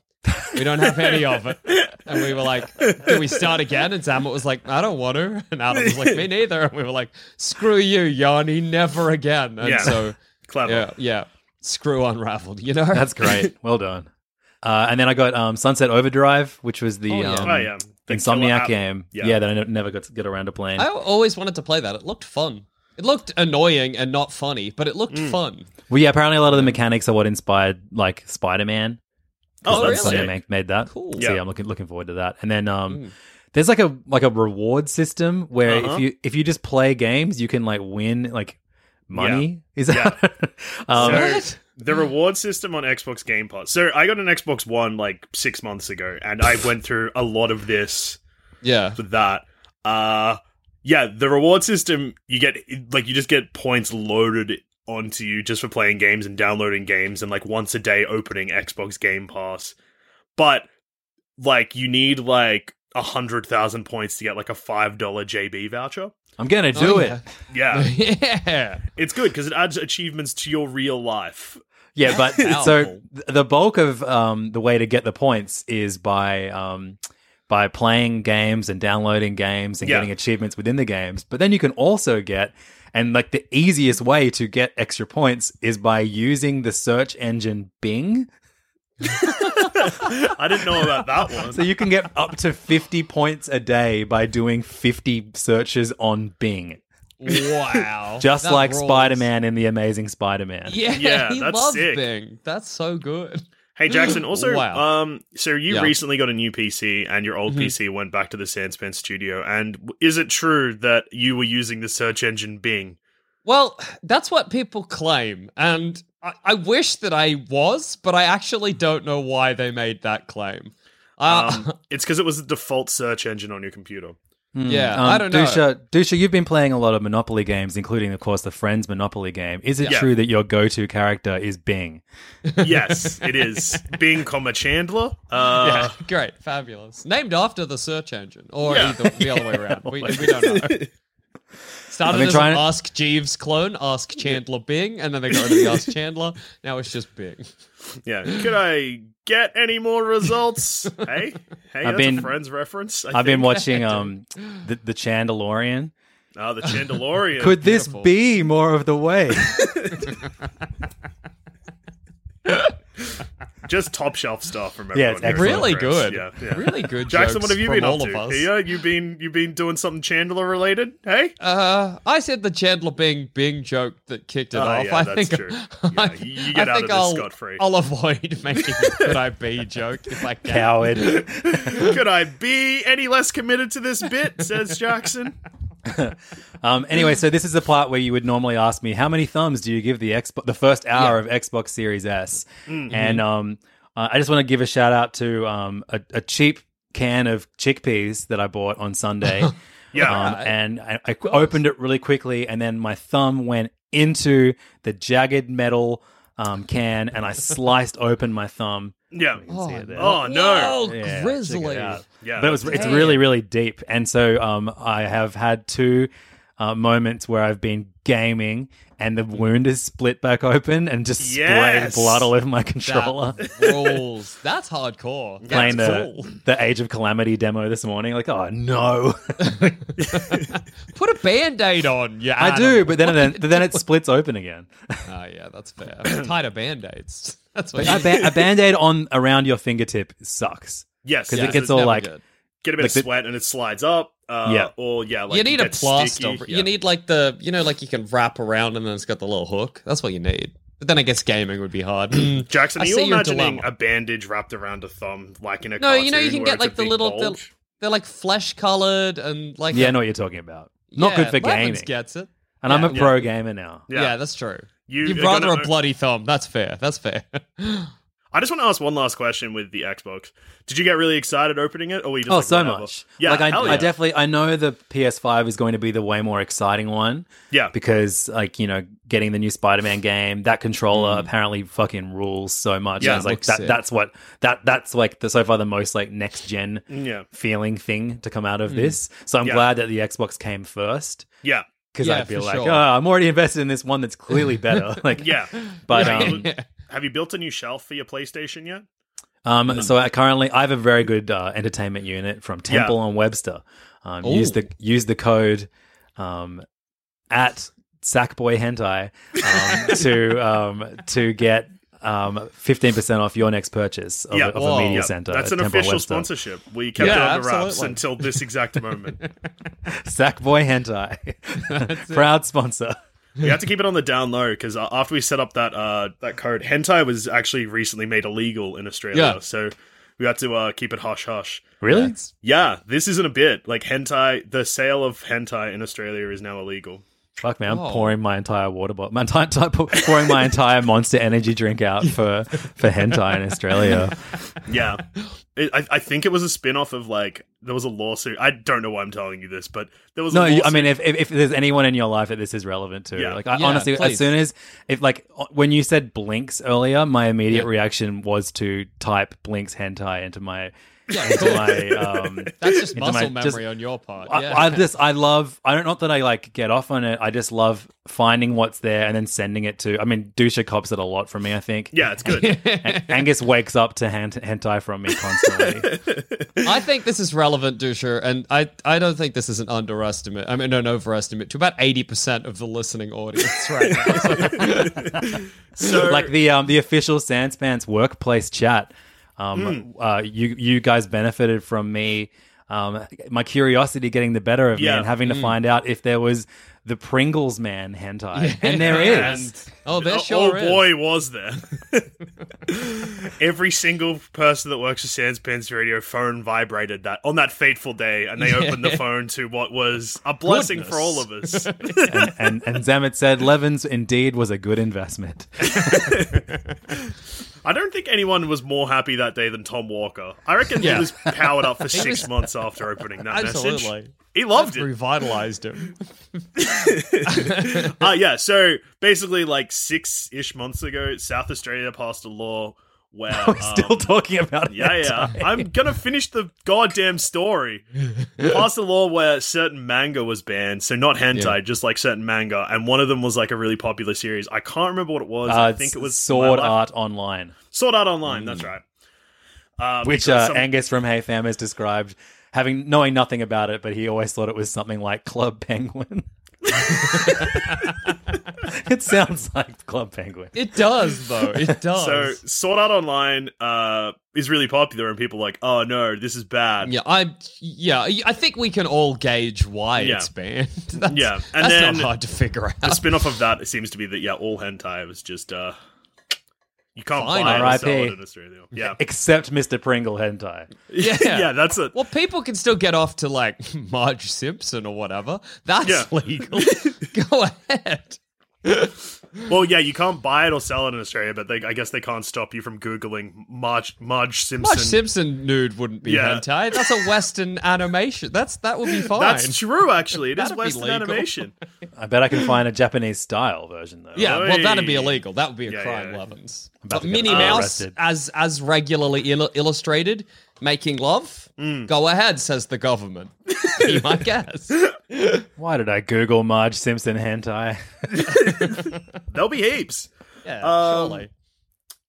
Speaker 5: We don't have any of it. And we were like, do we start again? And Zamet was like, I don't want to. And Adam was like, me neither. And we were like, screw you, Yanni, never again. And
Speaker 3: Yeah.
Speaker 5: so,
Speaker 3: clever.
Speaker 5: yeah, yeah. Screw Unraveled, you know?
Speaker 4: That's great. Well done. Uh, and then I got um, Sunset Overdrive, which was the
Speaker 5: yeah.
Speaker 4: um,
Speaker 3: Oh, yeah. The killer
Speaker 4: Insomniac
Speaker 3: app.
Speaker 4: game.
Speaker 3: Yeah.
Speaker 4: Yeah. that I ne- never got to get around to playing.
Speaker 5: I always wanted to play that. It looked fun. It looked annoying and not funny, but it
Speaker 4: Mm.
Speaker 5: looked fun.
Speaker 4: Well, yeah, apparently a lot of the mechanics are what inspired like Spider Man.
Speaker 3: Oh,
Speaker 5: Really?
Speaker 3: that's
Speaker 4: Spider
Speaker 3: sick.
Speaker 4: Man made that.
Speaker 5: Cool.
Speaker 4: So
Speaker 3: Yeah. Mm.
Speaker 4: yeah. I'm looking looking forward to that. And then um, there's like a like a reward system where
Speaker 3: Uh-huh.
Speaker 4: if you if you just play games, you can like win like money. Is that um,
Speaker 3: So- The reward system on Xbox Game Pass. So I got an Xbox One like six months ago, and I went through a lot of this
Speaker 5: Yeah.
Speaker 3: for that. Uh yeah, the reward system you get like you just get points loaded onto you just for playing games and downloading games and like once a day opening Xbox Game Pass. But like you need like a hundred thousand points to get like a five dollar JB voucher.
Speaker 4: I'm gonna do
Speaker 5: Oh,
Speaker 4: it.
Speaker 5: yeah.
Speaker 3: Yeah,
Speaker 5: yeah.
Speaker 3: it's good because it adds achievements to your real life.
Speaker 4: Yeah, but
Speaker 5: That's
Speaker 4: so
Speaker 5: powerful.
Speaker 4: th- the bulk of um, the way to get the points is by um, by playing games and downloading games and
Speaker 3: Yeah.
Speaker 4: getting achievements within the games. But then you can also get and like the easiest way to get extra points is by using the search engine Bing.
Speaker 3: I didn't know about that one.
Speaker 4: So you can get up to 50 points a day by doing 50 searches on Bing.
Speaker 5: Wow.
Speaker 4: Just
Speaker 5: That
Speaker 4: like
Speaker 5: rules.
Speaker 4: Spider-Man in the Amazing Spider-Man.
Speaker 5: Yeah,
Speaker 3: Yeah,
Speaker 5: he
Speaker 3: that's
Speaker 5: loved
Speaker 3: sick.
Speaker 5: Bing. That's so good.
Speaker 3: Hey Jackson, also
Speaker 5: Wow.
Speaker 3: um so you
Speaker 5: Yeah.
Speaker 3: recently got a new PC and your old
Speaker 4: Mm-hmm.
Speaker 3: PC went back to the Sandspan studio and w- is it true that you were using the search engine Bing?
Speaker 5: Well, that's what people claim. And I, I wish that I was, but I actually don't know why they made that claim. Uh,
Speaker 3: Um, it's because it was the default search engine on your computer.
Speaker 5: yeah,
Speaker 4: Um,
Speaker 5: I don't know.
Speaker 4: Dusha, Dusha, you've been playing a lot of Monopoly games, including, of course, the Friends Monopoly game. Is it
Speaker 3: Yeah.
Speaker 4: true that your go-to character is Bing?
Speaker 3: Yes, it is. Bing, comma Chandler. Uh,
Speaker 5: yeah, great, fabulous. Named after the search engine, or
Speaker 3: Yeah.
Speaker 5: either, the other way around. We, we don't know. Started
Speaker 4: I've been
Speaker 5: as
Speaker 4: trying
Speaker 5: an
Speaker 4: to-
Speaker 5: Ask Jeeves clone, Ask Chandler Bing, and then they got rid of the Ask Chandler. Now it's just Bing.
Speaker 3: yeah. Could I get any more results? hey, hey, that's
Speaker 4: been-
Speaker 3: a friend's reference. I
Speaker 4: I've been
Speaker 3: think.
Speaker 4: watching um the, the Chandelorian.
Speaker 3: Oh, the Chandelorian.
Speaker 4: Could
Speaker 5: beautiful.
Speaker 4: this be more of the way?
Speaker 3: just top shelf stuff from
Speaker 4: Yeah,
Speaker 3: everyone.
Speaker 4: it's
Speaker 3: here at
Speaker 5: Really
Speaker 3: Congress.
Speaker 5: good.
Speaker 3: Yeah, yeah.
Speaker 5: Really good.
Speaker 3: Jackson,
Speaker 5: jokes
Speaker 3: what have you
Speaker 5: from
Speaker 3: been up
Speaker 5: all
Speaker 3: to?
Speaker 5: of us.
Speaker 3: Here, you been you been doing something Chandler related? Hey,
Speaker 5: Uh, I said the Chandler Bing Bing joke that kicked it
Speaker 3: Oh,
Speaker 5: off.
Speaker 3: yeah,
Speaker 5: I
Speaker 3: that's
Speaker 5: think
Speaker 3: true. Yeah,
Speaker 5: I,
Speaker 3: you- you get
Speaker 5: I
Speaker 3: out
Speaker 5: think
Speaker 3: of this
Speaker 5: I'll,
Speaker 3: scot-free.
Speaker 5: I'll avoid making a could I be joke if I can.
Speaker 4: Coward.
Speaker 3: could I be any less committed to this bit? Says Jackson.
Speaker 4: Um, anyway, so this is the part where you would normally ask me, how many thumbs do you give the Xbox, the first hour of Xbox Series S?
Speaker 5: Mm-hmm.
Speaker 4: And um, uh, I just want to give a shout out to um, a, a cheap can of chickpeas that I bought on Sunday.
Speaker 3: Yeah.
Speaker 4: Um, and I, I qu- opened it really quickly, and then my thumb went into the jagged metal um, can, and I sliced open my thumb.
Speaker 3: yeah.
Speaker 4: See it there.
Speaker 3: Oh no.
Speaker 5: Oh,
Speaker 4: Yeah, check it
Speaker 5: grizzly.
Speaker 4: out.
Speaker 3: Yeah,
Speaker 4: but it was,
Speaker 3: that's-
Speaker 4: it's really, really deep. And so um, I have had two uh, moments where I've been gaming and the wound is split back open and just
Speaker 3: Yes!
Speaker 4: sprayed blood all over my controller.
Speaker 5: That rules. That's hardcore. That's
Speaker 4: Playing the,
Speaker 5: cool.
Speaker 4: the Age of Calamity demo this morning, like, oh no,
Speaker 5: Put a band-aid on. Yeah,
Speaker 4: I do, but then then, then it splits open again.
Speaker 5: Oh yeah, that's fair. Tighter band-aids. That's what.
Speaker 4: a,
Speaker 5: you
Speaker 4: ba- a band aid on around your fingertip sucks
Speaker 3: yes.
Speaker 4: because
Speaker 3: yeah.
Speaker 4: it gets
Speaker 5: it's
Speaker 4: all
Speaker 5: never
Speaker 4: like
Speaker 5: good.
Speaker 3: get a bit
Speaker 4: like
Speaker 3: of
Speaker 4: the-
Speaker 3: sweat and it slides up. Uh,
Speaker 4: Yeah.
Speaker 3: Or yeah, like
Speaker 5: you need a
Speaker 3: get
Speaker 5: plaster.
Speaker 3: sticky. Yeah.
Speaker 5: You need like the you know like you can wrap around and then it's got the little hook. That's what you need. But then I guess gaming would be hard. Mm.
Speaker 3: Jackson,
Speaker 5: I
Speaker 3: are you
Speaker 5: see your
Speaker 3: imagining
Speaker 5: dilemma.
Speaker 3: a bandage wrapped around a thumb, like in a
Speaker 5: no, you know you can
Speaker 3: cartoon where
Speaker 5: get
Speaker 3: it's a
Speaker 5: like the
Speaker 3: big
Speaker 5: little they're,
Speaker 3: bulge?
Speaker 5: they're like flesh colored and like
Speaker 4: yeah, I
Speaker 5: a-
Speaker 4: know what you're talking about. Not
Speaker 5: yeah,
Speaker 4: good for
Speaker 5: Levins
Speaker 4: gaming,
Speaker 5: Gets it.
Speaker 4: and I'm a
Speaker 5: yeah.
Speaker 4: pro gamer now.
Speaker 5: Yeah.
Speaker 3: Yeah.
Speaker 5: that's true.
Speaker 3: You-
Speaker 5: You, would
Speaker 3: you're
Speaker 5: rather
Speaker 3: gonna-
Speaker 5: a bloody thumb. That's fair. That's fair.
Speaker 3: I just want to ask one last question with the Xbox. Did you get really excited opening it, or were you just
Speaker 4: oh,
Speaker 3: like,
Speaker 4: so
Speaker 3: whatever?
Speaker 4: much.
Speaker 3: Yeah,
Speaker 4: like I,
Speaker 3: hell yeah.
Speaker 4: I definitely I know the PS5 is going to be the way more exciting one
Speaker 3: yeah.
Speaker 4: because like you know getting the new Spider-Man game that controller apparently fucking rules so much.
Speaker 3: Yeah,
Speaker 4: I was like
Speaker 5: looks
Speaker 4: that,
Speaker 5: sick.
Speaker 4: that's what that that's like the so far the most like next gen
Speaker 3: Yeah.
Speaker 4: feeling thing to come out of this. So I'm
Speaker 3: Yeah.
Speaker 4: glad that the Xbox came first
Speaker 3: yeah,
Speaker 4: because
Speaker 5: Yeah,
Speaker 4: I'd be
Speaker 5: for
Speaker 4: like,
Speaker 5: sure.
Speaker 4: oh, I'm already invested in this one that's clearly better. like
Speaker 3: yeah,
Speaker 4: but
Speaker 3: Yeah.
Speaker 4: um,
Speaker 3: Have you built a new shelf for your PlayStation yet?
Speaker 4: Um, so I currently, I have a very good uh, entertainment unit from Temple on Webster. Um,
Speaker 5: Ooh.
Speaker 4: use the use the code um, at Sackboy Hentai um, to um, to get um, fifteen percent off your next purchase of,
Speaker 3: Yeah.
Speaker 4: a, of
Speaker 5: Whoa.
Speaker 4: a media
Speaker 5: Yeah.
Speaker 4: center.
Speaker 3: That's
Speaker 4: at
Speaker 3: an
Speaker 4: Temple on
Speaker 3: official
Speaker 4: Webster.
Speaker 3: sponsorship. We kept
Speaker 5: Yeah,
Speaker 3: it under wraps
Speaker 5: absolutely.
Speaker 3: until this exact moment.
Speaker 4: Sackboy Hentai, proud sponsor.
Speaker 3: we had to keep it on the down low because uh, after we set up that uh, that code, hentai was actually recently made illegal in Australia.
Speaker 5: Yeah.
Speaker 3: So we had to uh, keep it hush hush.
Speaker 4: Really?
Speaker 3: Yeah, this isn't a bit. Like hentai, the sale of hentai in Australia is now illegal.
Speaker 4: Fuck man, I'm
Speaker 5: Whoa.
Speaker 4: pouring my entire water bottle, my entire, entire- pouring my entire Monster Energy drink out for for hentai in Australia.
Speaker 3: Yeah, it, I, I think it was a spin off of like there was a lawsuit. I don't know why I'm telling you this, but there was
Speaker 4: No,
Speaker 3: A
Speaker 4: you, I
Speaker 3: lawsuit-
Speaker 4: mean, if, if if there's anyone in your life that this is relevant to,
Speaker 3: Yeah.
Speaker 4: like I,
Speaker 5: Yeah,
Speaker 4: honestly,
Speaker 5: please.
Speaker 4: as soon as if like o- when you said blinks earlier, my immediate
Speaker 5: Yeah.
Speaker 4: reaction was to type blinks hentai into my
Speaker 5: Yeah,
Speaker 4: into
Speaker 5: cool.
Speaker 4: my um.
Speaker 5: That's just
Speaker 4: into
Speaker 5: muscle
Speaker 4: my-
Speaker 5: memory
Speaker 4: just-
Speaker 5: on your part.
Speaker 4: I,
Speaker 5: yeah.
Speaker 4: I just I love I don't not that I like get off on it. I just love finding what's there and then sending it to. I mean, Dusha cops it a lot from me. I think.
Speaker 3: yeah, it's good.
Speaker 4: A- Angus wakes up to hent- hentai from me constantly.
Speaker 5: I think this is relevant, Dusher, and I, I don't think this is an underestimate. I mean, an overestimate to about 80% of the listening audience right now.
Speaker 3: so
Speaker 4: like the um the official Sanspants workplace chat. Um,
Speaker 3: Hmm.
Speaker 4: uh, you you guys benefited from me, um, my curiosity getting the better of me
Speaker 3: Yeah. Hmm.
Speaker 4: and having to find out if there was the Pringles man hentai, and there is.
Speaker 5: Oh, there
Speaker 3: oh,
Speaker 5: sure
Speaker 3: oh
Speaker 5: is.
Speaker 3: boy, was there. Every single person that works for Sans Pants Radio phone vibrated that on that fateful day, and they opened the phone to what was a blessing for all of us.
Speaker 4: and and Zamet said Levens indeed was a good investment.
Speaker 3: I don't think anyone was more happy that day than Tom Walker. I reckon
Speaker 5: Yeah.
Speaker 3: he was powered up for six months after opening that message.
Speaker 5: Absolutely.
Speaker 3: He loved it.
Speaker 5: Revitalized him.
Speaker 3: Uh, yeah, so basically, like six ish months ago, South Australia passed a law where.
Speaker 4: Still talking about it.
Speaker 3: Yeah, yeah. I'm gonna finish the goddamn story. Passed a law where certain manga was banned, so not hentai, just like certain manga, and one of them was like a really popular series. I can't remember what it was.
Speaker 4: Uh,
Speaker 3: I think it was
Speaker 4: Sword
Speaker 3: My Life-
Speaker 4: Art Online,
Speaker 3: Sword Art Online. That's right. Uh,
Speaker 4: which
Speaker 3: because
Speaker 4: uh,
Speaker 3: some-
Speaker 4: Angus from HeyFam has described having knowing nothing about it, but he always thought it was something like Club Penguin. it sounds like Club Penguin.
Speaker 5: It does, though. It
Speaker 3: so
Speaker 5: does.
Speaker 3: Sword Art Online uh, is really popular, and people are like, oh no, this is bad.
Speaker 5: yeah, I yeah, I think we can all gauge why
Speaker 3: Yeah.
Speaker 5: it's banned. That's,
Speaker 3: Yeah, and
Speaker 5: that's
Speaker 3: then-
Speaker 5: not hard to figure
Speaker 3: The
Speaker 5: out.
Speaker 3: spin off of that seems to be that yeah, all hentai was just uh, you can't
Speaker 5: Fine,
Speaker 3: buy it or
Speaker 4: RIP.
Speaker 3: sell it in Australia. Yeah,
Speaker 4: Except Mr. Pringle hentai.
Speaker 5: Yeah,
Speaker 3: yeah, that's it.
Speaker 5: Well, people can still get off to like Marge Simpson or whatever. That's
Speaker 3: Yeah.
Speaker 5: legal. Go ahead.
Speaker 3: Well, yeah, you can't buy it or sell it in Australia, but they, I guess they can't stop you from googling Marge, Marge Simpson.
Speaker 5: Marge Simpson nude wouldn't be
Speaker 3: Yeah.
Speaker 5: hentai. That's a Western animation. That's that would be fine.
Speaker 3: That's true, actually. It is
Speaker 5: That'd be
Speaker 3: Western
Speaker 5: legal.
Speaker 3: animation.
Speaker 4: I bet I can find a Japanese style version though.
Speaker 5: Yeah, well, that'd be
Speaker 3: Oi.
Speaker 5: illegal. That would be a
Speaker 3: Yeah,
Speaker 5: crime,
Speaker 3: yeah.
Speaker 5: Levins.
Speaker 4: about
Speaker 5: But
Speaker 4: to get uh,
Speaker 5: Minnie Mouse,
Speaker 4: arrested.
Speaker 5: as as regularly il- illustrated, making love.
Speaker 3: Mm.
Speaker 5: Go ahead, says the government. Be my guess.
Speaker 3: Um,
Speaker 4: Why did I Google Marge Simpson hentai?
Speaker 3: There'll be heaps.
Speaker 5: Yeah,
Speaker 3: Um,
Speaker 5: surely.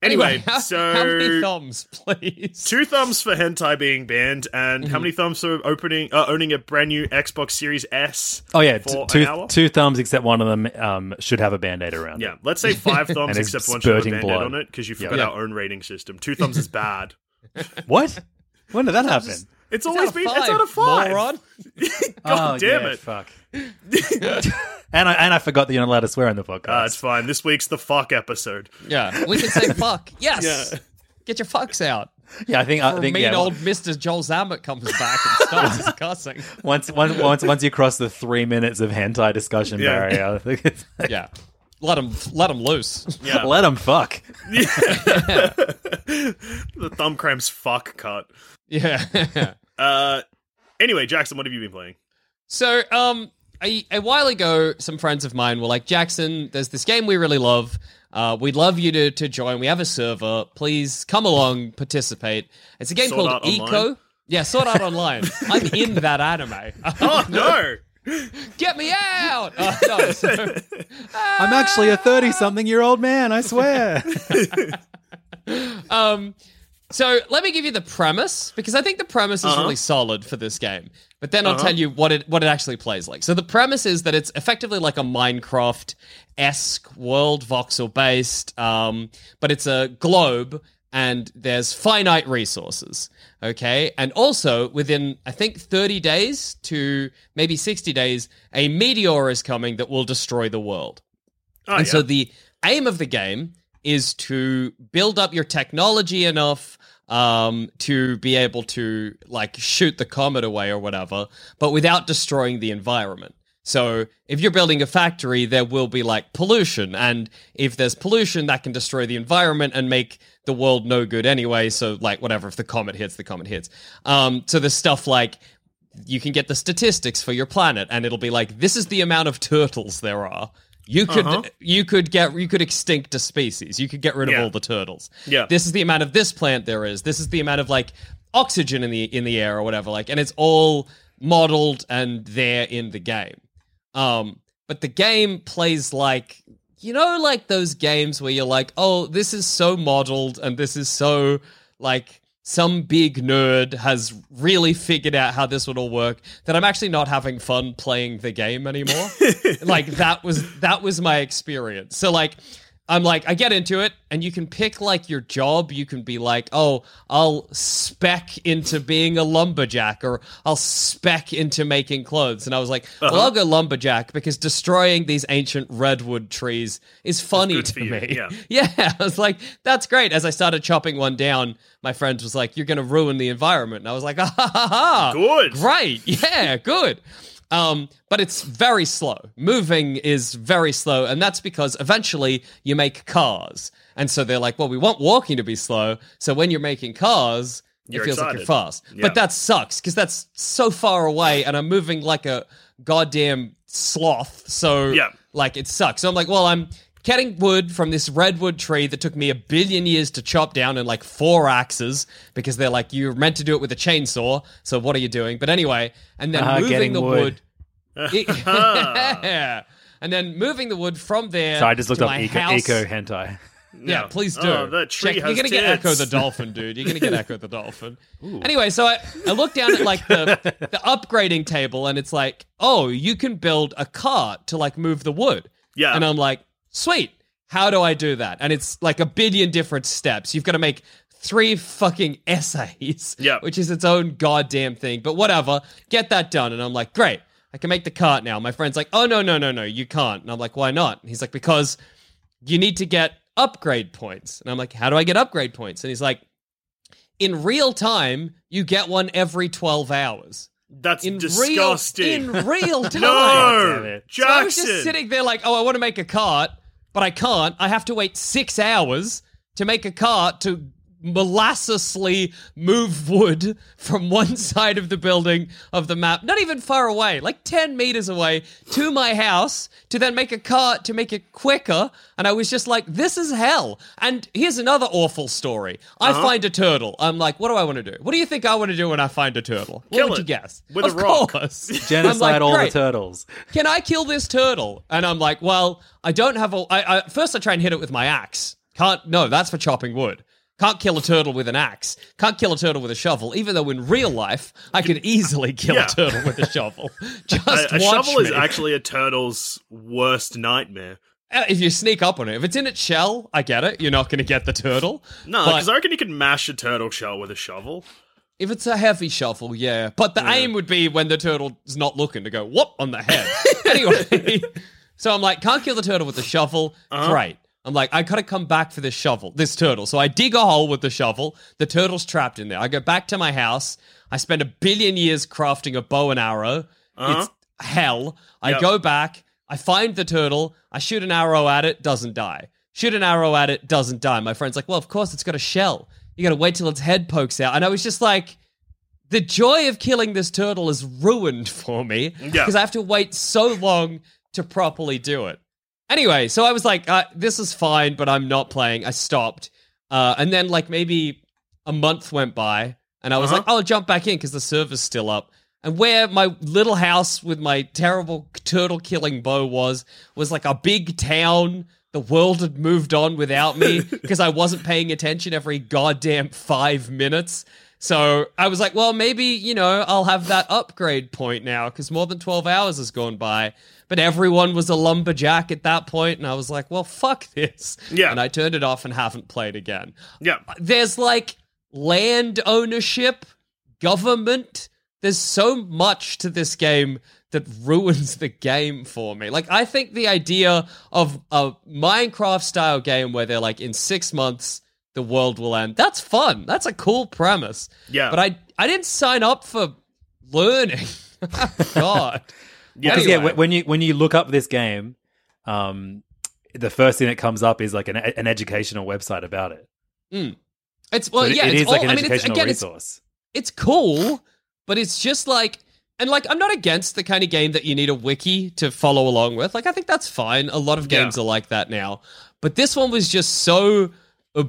Speaker 3: Anyway,
Speaker 5: how,
Speaker 3: so
Speaker 5: how many thumbs, please?
Speaker 3: two thumbs for hentai being banned, and
Speaker 5: Mm-hmm.
Speaker 3: how many thumbs for opening uh, owning a brand new Xbox Series S?
Speaker 4: Oh yeah,
Speaker 3: for
Speaker 4: t- two
Speaker 3: an hour?
Speaker 4: two thumbs except one of them um, should have a band-aid around.
Speaker 3: Yeah,
Speaker 4: it.
Speaker 3: let's say five
Speaker 4: And
Speaker 3: thumbs,
Speaker 4: it's
Speaker 3: except one should have a
Speaker 4: spurting
Speaker 3: band-aid
Speaker 4: blood.
Speaker 3: on it because you forgot
Speaker 5: Yeah.
Speaker 3: our own rating system. Two thumbs is bad.
Speaker 4: What? When did that happen?
Speaker 3: It's
Speaker 5: It's
Speaker 3: always
Speaker 5: out of
Speaker 3: been.
Speaker 5: five,
Speaker 3: It's out of five.
Speaker 5: moron.
Speaker 3: God
Speaker 4: Oh,
Speaker 3: damn
Speaker 4: yeah,
Speaker 3: it!
Speaker 4: Fuck. and I and I forgot that you're not allowed to swear on the
Speaker 3: Uh, it's
Speaker 4: podcast.
Speaker 3: fine. This week's the fuck episode.
Speaker 5: Yeah, we can say fuck. Yes.
Speaker 3: Yeah.
Speaker 5: Get your fucks out.
Speaker 4: yeah, I think I
Speaker 5: Or
Speaker 4: think
Speaker 5: mean
Speaker 4: yeah,
Speaker 5: old Mr. Joel Zammett comes back and starts his cussing.
Speaker 4: once once once once you cross the three minutes of hentai discussion
Speaker 3: Yeah.
Speaker 4: barrier, I think it's like,
Speaker 5: Yeah. Let him, let him loose.
Speaker 3: Yeah.
Speaker 4: let them fuck.
Speaker 3: the thumb cramps fuck cut.
Speaker 5: Yeah.
Speaker 3: Uh, anyway, Jackson, what have you been playing?
Speaker 5: So, um, a, a while ago, some friends of mine were like, Jackson, there's this game we really love. Uh, we'd love you to, to join. We have a server. Please come along, participate. It's a game
Speaker 3: Sword
Speaker 5: called
Speaker 3: Art
Speaker 5: Eco.
Speaker 3: Online?
Speaker 5: Yeah, Sword Art Online. I'm in that anime.
Speaker 3: Oh no!
Speaker 5: Get me out! Uh, no, so-
Speaker 4: I'm actually a thirty-something-year-old man. I swear.
Speaker 5: Um, so let me give you the premise because I think the premise is really solid for this game. But then I'll tell you what it what it actually plays like. So the premise is that it's effectively like a Minecraft esque world voxel based, um, but it's a globe and there's finite resources. Okay, and also within I think 30 days to maybe 60 days, a meteor is coming that will destroy the world.
Speaker 3: Oh,
Speaker 5: and
Speaker 3: yeah.
Speaker 5: so the aim of the game is to build up your technology enough um, to be able to like shoot the comet away or whatever, but without destroying the environment. So if you're building a factory, there will be like pollution, and if there's pollution, that can destroy the environment and make the world no good anyway. So like whatever, if the comet hits, the comet hits. Um, so there's stuff like you can get the statistics for your planet and it'll be like this is the amount of turtles there are you could you could get you could extinct a species you could get rid of
Speaker 3: Yeah.
Speaker 5: all the turtles
Speaker 3: Yeah.
Speaker 5: this is the amount of this plant there is this is the amount of like oxygen in the in the air or whatever like and it's all modeled and there in the game um, but the game plays like you know, like those games where you're like, oh, this is so modeled and this is so like some big nerd has really figured out how this would all work that I'm actually not having fun playing the game anymore. like that was that was my experience. So like I'm like, I get into it, and you can pick like your job. You can be like, oh, I'll spec into being a lumberjack, or I'll spec into making clothes. And I was like,
Speaker 3: Uh-huh.
Speaker 5: well, I'll go lumberjack because destroying these ancient redwood trees is funny
Speaker 3: good
Speaker 5: to
Speaker 3: for you,
Speaker 5: me.
Speaker 3: yeah.
Speaker 5: yeah, I was like, that's great. As I started chopping one down, my friend was like, you're going to ruin the environment. And I was like, ah, ha, ha, ha.
Speaker 3: Good.
Speaker 5: Great. Yeah, good. Um, but it's very slow. Moving is very slow, and that's because eventually you make cars. And so they're like, well, we want walking to be slow. So when you're making cars,
Speaker 3: You're
Speaker 5: it feels like you're
Speaker 3: excited.
Speaker 5: fast.
Speaker 3: Yeah.
Speaker 5: But that sucks because that's so far away, and I'm moving like a goddamn sloth. So
Speaker 3: Yeah.
Speaker 5: like it sucks. So I'm like, well, I'm getting wood from this redwood tree that took me a billion years to chop down in like four axes because they're like, you're meant to do it with a chainsaw. So what are you doing? But anyway, and then
Speaker 4: Ah,
Speaker 5: moving
Speaker 4: getting
Speaker 5: the wood.
Speaker 4: wood.
Speaker 5: yeah. And then moving the wood from there.
Speaker 4: So I just looked
Speaker 5: to
Speaker 4: up
Speaker 5: my
Speaker 4: eco,
Speaker 5: house.
Speaker 4: eco hentai.
Speaker 5: Yeah, please do.
Speaker 3: Oh, that tree
Speaker 5: Check-
Speaker 3: has
Speaker 5: You're gonna get
Speaker 3: tits.
Speaker 5: Echo the Dolphin, dude. You're gonna get Echo the Dolphin. Anyway, so I, I look down at like the the upgrading table, and it's like, oh, you can build a cart to like move the wood.
Speaker 3: Yeah.
Speaker 5: and I'm like, sweet. How do I do that? And it's like a billion different steps. You've got to make three fucking essays,
Speaker 3: Yeah.
Speaker 5: which is its own goddamn thing. But whatever, get that done. And I'm like, great. I can make the cart now. My friend's like, oh no no no no, you can't. And I'm like, why not? And he's like, because you need to get upgrade points. And I'm like, how do I get upgrade points? And he's like, in real time, you get one every 12 hours.
Speaker 3: That's
Speaker 5: In
Speaker 3: disgusting.
Speaker 5: real in real time.
Speaker 4: damn
Speaker 3: no,
Speaker 4: it.
Speaker 3: Jackson.
Speaker 5: So I was just sitting there like, oh, I want to make a cart, but I can't. I have to wait six hours to make a cart to molassously move wood from one side of the building of the map, not even far away, like 10 meters away, to my house to then make a cart to make it quicker. And I was just like, this is hell. And here's another awful story. I
Speaker 3: Uh-huh.
Speaker 5: find a turtle. I'm like, what do I want to do? What do you think I want to do when I find a turtle? What
Speaker 3: Kill
Speaker 5: would
Speaker 3: it
Speaker 5: you guess?
Speaker 3: with a
Speaker 5: Of
Speaker 3: rock.
Speaker 5: course. I'm
Speaker 4: Genocide
Speaker 5: like,
Speaker 4: all the
Speaker 5: "Great."
Speaker 4: turtles.
Speaker 5: can I kill this turtle? And I'm like, well, I don't have a. I, I, first, I try and hit it with my axe. Can't. No, that's for chopping wood. Can't kill a turtle with an axe. Can't kill a turtle with a shovel. Even though in real life, I could easily kill
Speaker 3: Yeah.
Speaker 5: a turtle with a shovel. Just
Speaker 3: a, a
Speaker 5: watch
Speaker 3: shovel is
Speaker 5: me.
Speaker 3: actually a turtle's worst nightmare.
Speaker 5: Uh, if you sneak up on it. If it's in its shell, I get it. You're not going to get the turtle.
Speaker 3: No,
Speaker 5: But-
Speaker 3: because I reckon you can mash a turtle shell with a shovel.
Speaker 5: If it's a heavy shovel, yeah. But the aim would be when the turtle's not looking to go whoop on the head. anyway, so I'm like, can't kill the turtle with the shovel. Great. I'm like, I gotta come back for this shovel, this turtle. So I dig a hole with the shovel. The turtle's trapped in there. I go back to my house. I spend a billion years crafting a bow and arrow. It's hell. I
Speaker 3: Yep.
Speaker 5: go back. I find the turtle. I shoot an arrow at it. Doesn't die. Shoot an arrow at it. Doesn't die. My friend's like, well, of course it's got a shell. You gotta wait till its head pokes out. And I was just like, the joy of killing this turtle is ruined for me
Speaker 3: Yeah.
Speaker 5: because I have to wait so long to properly do it. Anyway, so I was like, uh, this is fine, but I'm not playing. I stopped. Uh, and then, like, maybe a month went by, and I was
Speaker 3: Uh-huh.
Speaker 5: like, "Oh, I'll jump back in because the server's still up. And where my little house with my terrible turtle killing bow was, was like a big town. The world had moved on without me because I wasn't paying attention every goddamn five minutes. So I was like, well, maybe, you know, I'll have that upgrade point now because more than 12 hours has gone by. But everyone was a lumberjack at that point, and I was like, well, fuck this.
Speaker 3: Yeah.
Speaker 5: And I turned it off and haven't played again
Speaker 3: Yeah,
Speaker 5: there's like land ownership, government. There's so much to this game that ruins the game for me. Like, I think the idea of a Minecraft style game where they're like, in six months, the world will end, that's fun. That's a cool premise.
Speaker 3: Yeah.
Speaker 5: But I, I didn't sign up for learning. Oh, God.
Speaker 3: yeah.
Speaker 4: Because yeah,
Speaker 5: Anyway.
Speaker 4: wh- when you when you look up this game, um, the first thing that comes up is like an, an educational website about it.
Speaker 5: It's, well,
Speaker 4: So it-
Speaker 5: yeah,
Speaker 4: it
Speaker 5: it's
Speaker 4: is like
Speaker 5: all-
Speaker 4: an
Speaker 5: I mean, it's,
Speaker 4: educational
Speaker 5: again, it's
Speaker 4: resource.
Speaker 5: it's cool, but it's just like and like I'm not against the kind of game that you need a wiki to follow along with. Like I think that's fine. A lot of
Speaker 3: Yeah.
Speaker 5: games are like that now. But this one was just so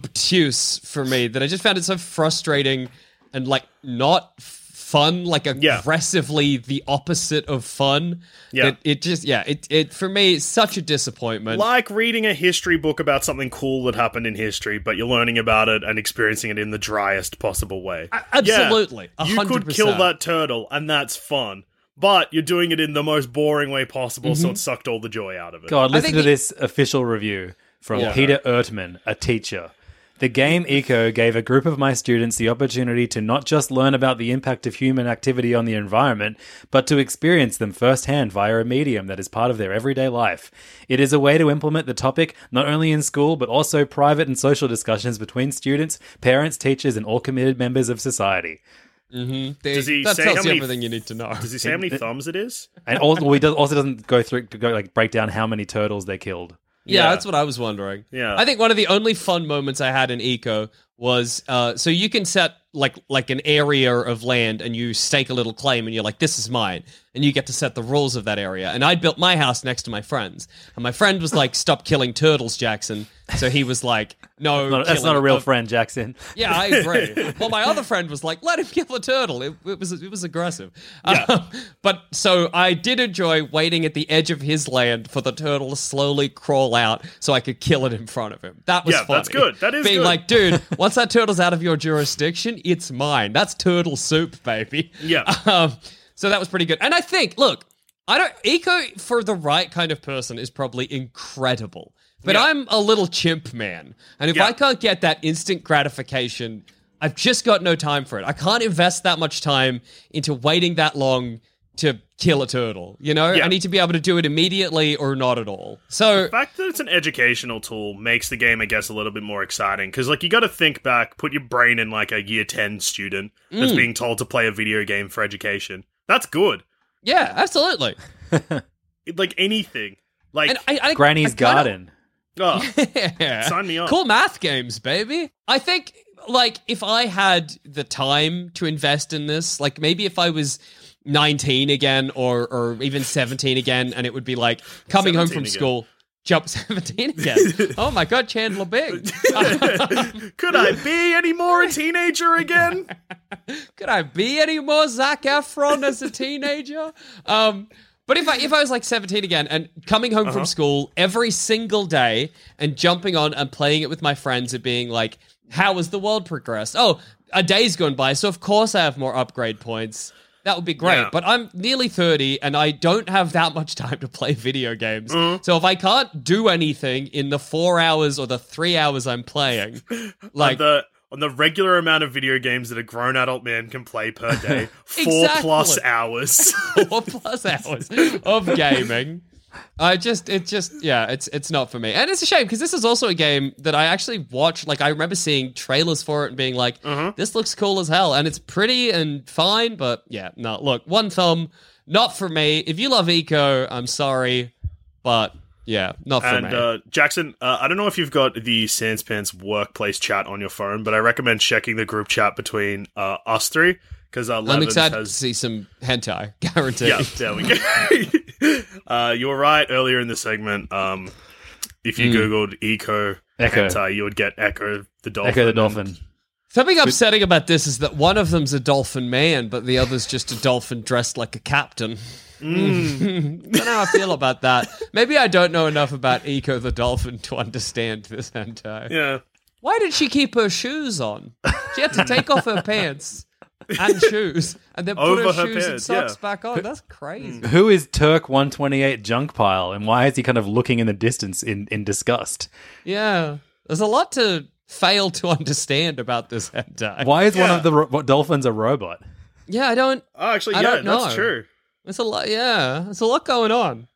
Speaker 5: obtuse for me that I just found it so frustrating and like not f- fun, like
Speaker 3: Yeah.
Speaker 5: aggressively the opposite of fun.
Speaker 3: Yeah.
Speaker 5: That It, just yeah, it it for me it's such a disappointment.
Speaker 3: Like reading a history book about something cool that happened in history, but you're learning about it and experiencing it in the driest possible way. Yeah,
Speaker 5: absolutely. A
Speaker 3: you could
Speaker 5: hundred
Speaker 3: kill
Speaker 5: percent.
Speaker 3: that turtle, and that's fun. But you're
Speaker 5: Mm-hmm.
Speaker 3: doing it in the most boring way possible, so it sucked all the joy out of it.
Speaker 4: God,
Speaker 5: I
Speaker 4: listen
Speaker 5: think
Speaker 4: to
Speaker 5: the-
Speaker 4: this official review. from
Speaker 5: Yeah.
Speaker 4: Peter Ertman, a teacher. The game Eco gave a group of my students the opportunity to not just learn about the impact of human activity on the environment, but to experience them firsthand via a medium that is part of their everyday life. It is a way to implement the topic not only in school, but also private and social discussions between students, parents, teachers, and all committed members of society.
Speaker 5: They-
Speaker 3: Does he
Speaker 5: that
Speaker 3: say
Speaker 5: tells
Speaker 3: how
Speaker 5: you
Speaker 3: many-
Speaker 5: everything you need to know.
Speaker 3: Does he say how many thumbs it is?
Speaker 4: And also, well, he does, also doesn't go through go like break down how many turtles they killed.
Speaker 5: Yeah,
Speaker 3: Yeah.
Speaker 5: that's what I was wondering.
Speaker 3: Yeah.
Speaker 5: I think one of the only fun moments I had in Eco was uh, so you can set like like an area of land and you stake a little claim and you're like, this is mine, and you get to set the rules of that area. And I built my house next to my friend's, and my friend was like, "Stop killing turtles, Jackson." So he was like, "No,
Speaker 4: Not- that's
Speaker 5: killing
Speaker 4: not a real
Speaker 5: of-
Speaker 4: friend, Jackson.
Speaker 5: Yeah, I agree. well, my other friend was like, "Let him kill a turtle." It, it was it was aggressive. Um, but so I did enjoy waiting at the edge of his land for the turtle to slowly crawl out, so I could kill it in front of him. That was
Speaker 3: Yeah, that's
Speaker 5: funny.
Speaker 3: good. That is
Speaker 5: being
Speaker 3: good.
Speaker 5: like, dude, once that turtle's out of your jurisdiction, it's mine. That's turtle soup, baby.
Speaker 3: Yeah.
Speaker 5: Um, so that was pretty good. And I think, look, I don't eco for the right kind of person is probably incredible. But
Speaker 3: Yeah.
Speaker 5: I'm a little chimp man. And if
Speaker 3: Yeah.
Speaker 5: I can't get that instant gratification, I've just got no time for it. I can't invest that much time into waiting that long to kill a turtle, you know?
Speaker 3: Yeah.
Speaker 5: I need to be able to do it immediately or not at all. So
Speaker 3: The fact that it's an educational tool makes the game, I guess, a little bit more exciting because, like, you got to think back, put your brain in like a year ten student
Speaker 5: Mm.
Speaker 3: that's being told to play a video game for education. That's good.
Speaker 5: yeah, absolutely.
Speaker 3: It- Like anything, like
Speaker 5: And I, I
Speaker 4: Granny's
Speaker 5: I kinda-
Speaker 4: garden.
Speaker 3: oh,
Speaker 5: Yeah.
Speaker 3: Sign me up.
Speaker 5: Cool math games, baby. I think, like, if I had the time to invest in this, like, maybe if I was 19 again or, or even 17 again, and it would be like coming home
Speaker 3: 17
Speaker 5: from
Speaker 3: again.
Speaker 5: school, jump 17 again. oh my God, Chandler Bing.
Speaker 3: could I be any more a teenager again?
Speaker 5: could I be any more Zac Efron as a teenager? Um, but if I if I was like seventeen again and coming home
Speaker 3: Uh-huh.
Speaker 5: from school every single day and jumping on and playing it with my friends and being like, how has the world progressed? Oh, a day's gone by, so of course I have more upgrade points. That would be great.
Speaker 3: Yeah.
Speaker 5: But I'm nearly 30 and I don't have that much time to play video games.
Speaker 3: Mm-hmm.
Speaker 5: So if I can't do anything in the four hours or the three hours I'm playing, like
Speaker 3: on the on the regular amount of video games that a grown adult man can play per day, four
Speaker 5: Exactly.
Speaker 3: plus hours.
Speaker 5: four plus hours of gaming. I just, it just, yeah, it's it's not for me, and it's a shame because this is also a game that I actually watched. Like I remember seeing trailers for it and being like,
Speaker 3: Mm-hmm.
Speaker 5: "This looks cool as hell," and it's pretty and fine, but yeah, no. Look, one thumb, not for me. If you love Eco, I'm sorry, but yeah, not for
Speaker 3: and
Speaker 5: me.
Speaker 3: uh, Jackson, uh, I don't know if you've got the Sanspants workplace chat on your phone, but I recommend checking the group chat between uh, us three because uh,
Speaker 5: I'm
Speaker 3: Levins
Speaker 5: excited to
Speaker 3: has.
Speaker 5: see some hentai, guaranteed.
Speaker 3: Yeah, there we go. uh, you were right earlier in the segment. Um, if
Speaker 5: Hmm.
Speaker 3: you googled eco
Speaker 4: Echo.
Speaker 3: hentai, you would get Echo the dolphin.
Speaker 4: Echo the dolphin.
Speaker 5: Something upsetting about this is that one of them's a dolphin man, but the other's just a dolphin dressed like a captain.
Speaker 3: Mm.
Speaker 5: don't know how I feel about that. Maybe I don't know enough about Eco the dolphin to understand this hentai.
Speaker 3: Yeah.
Speaker 5: Why did she keep her shoes on? She had to take off her pants and shoes, and then put
Speaker 3: Over
Speaker 5: her,
Speaker 3: her
Speaker 5: shoes and
Speaker 3: pants,
Speaker 5: socks
Speaker 3: yeah. Mm.
Speaker 5: back on. That's crazy.
Speaker 4: Who is Turk 128 junk pile and why is he kind of looking in the distance in, in disgust?
Speaker 5: Yeah, there's a lot to fail to understand about this hentai.
Speaker 4: Why is one of the ro- what, dolphins a robot?
Speaker 5: Yeah, I don't.
Speaker 3: Oh, actually,
Speaker 5: I
Speaker 3: yeah,
Speaker 5: don't know.
Speaker 3: that's true.
Speaker 5: There's a lot. Yeah, there's a lot going on.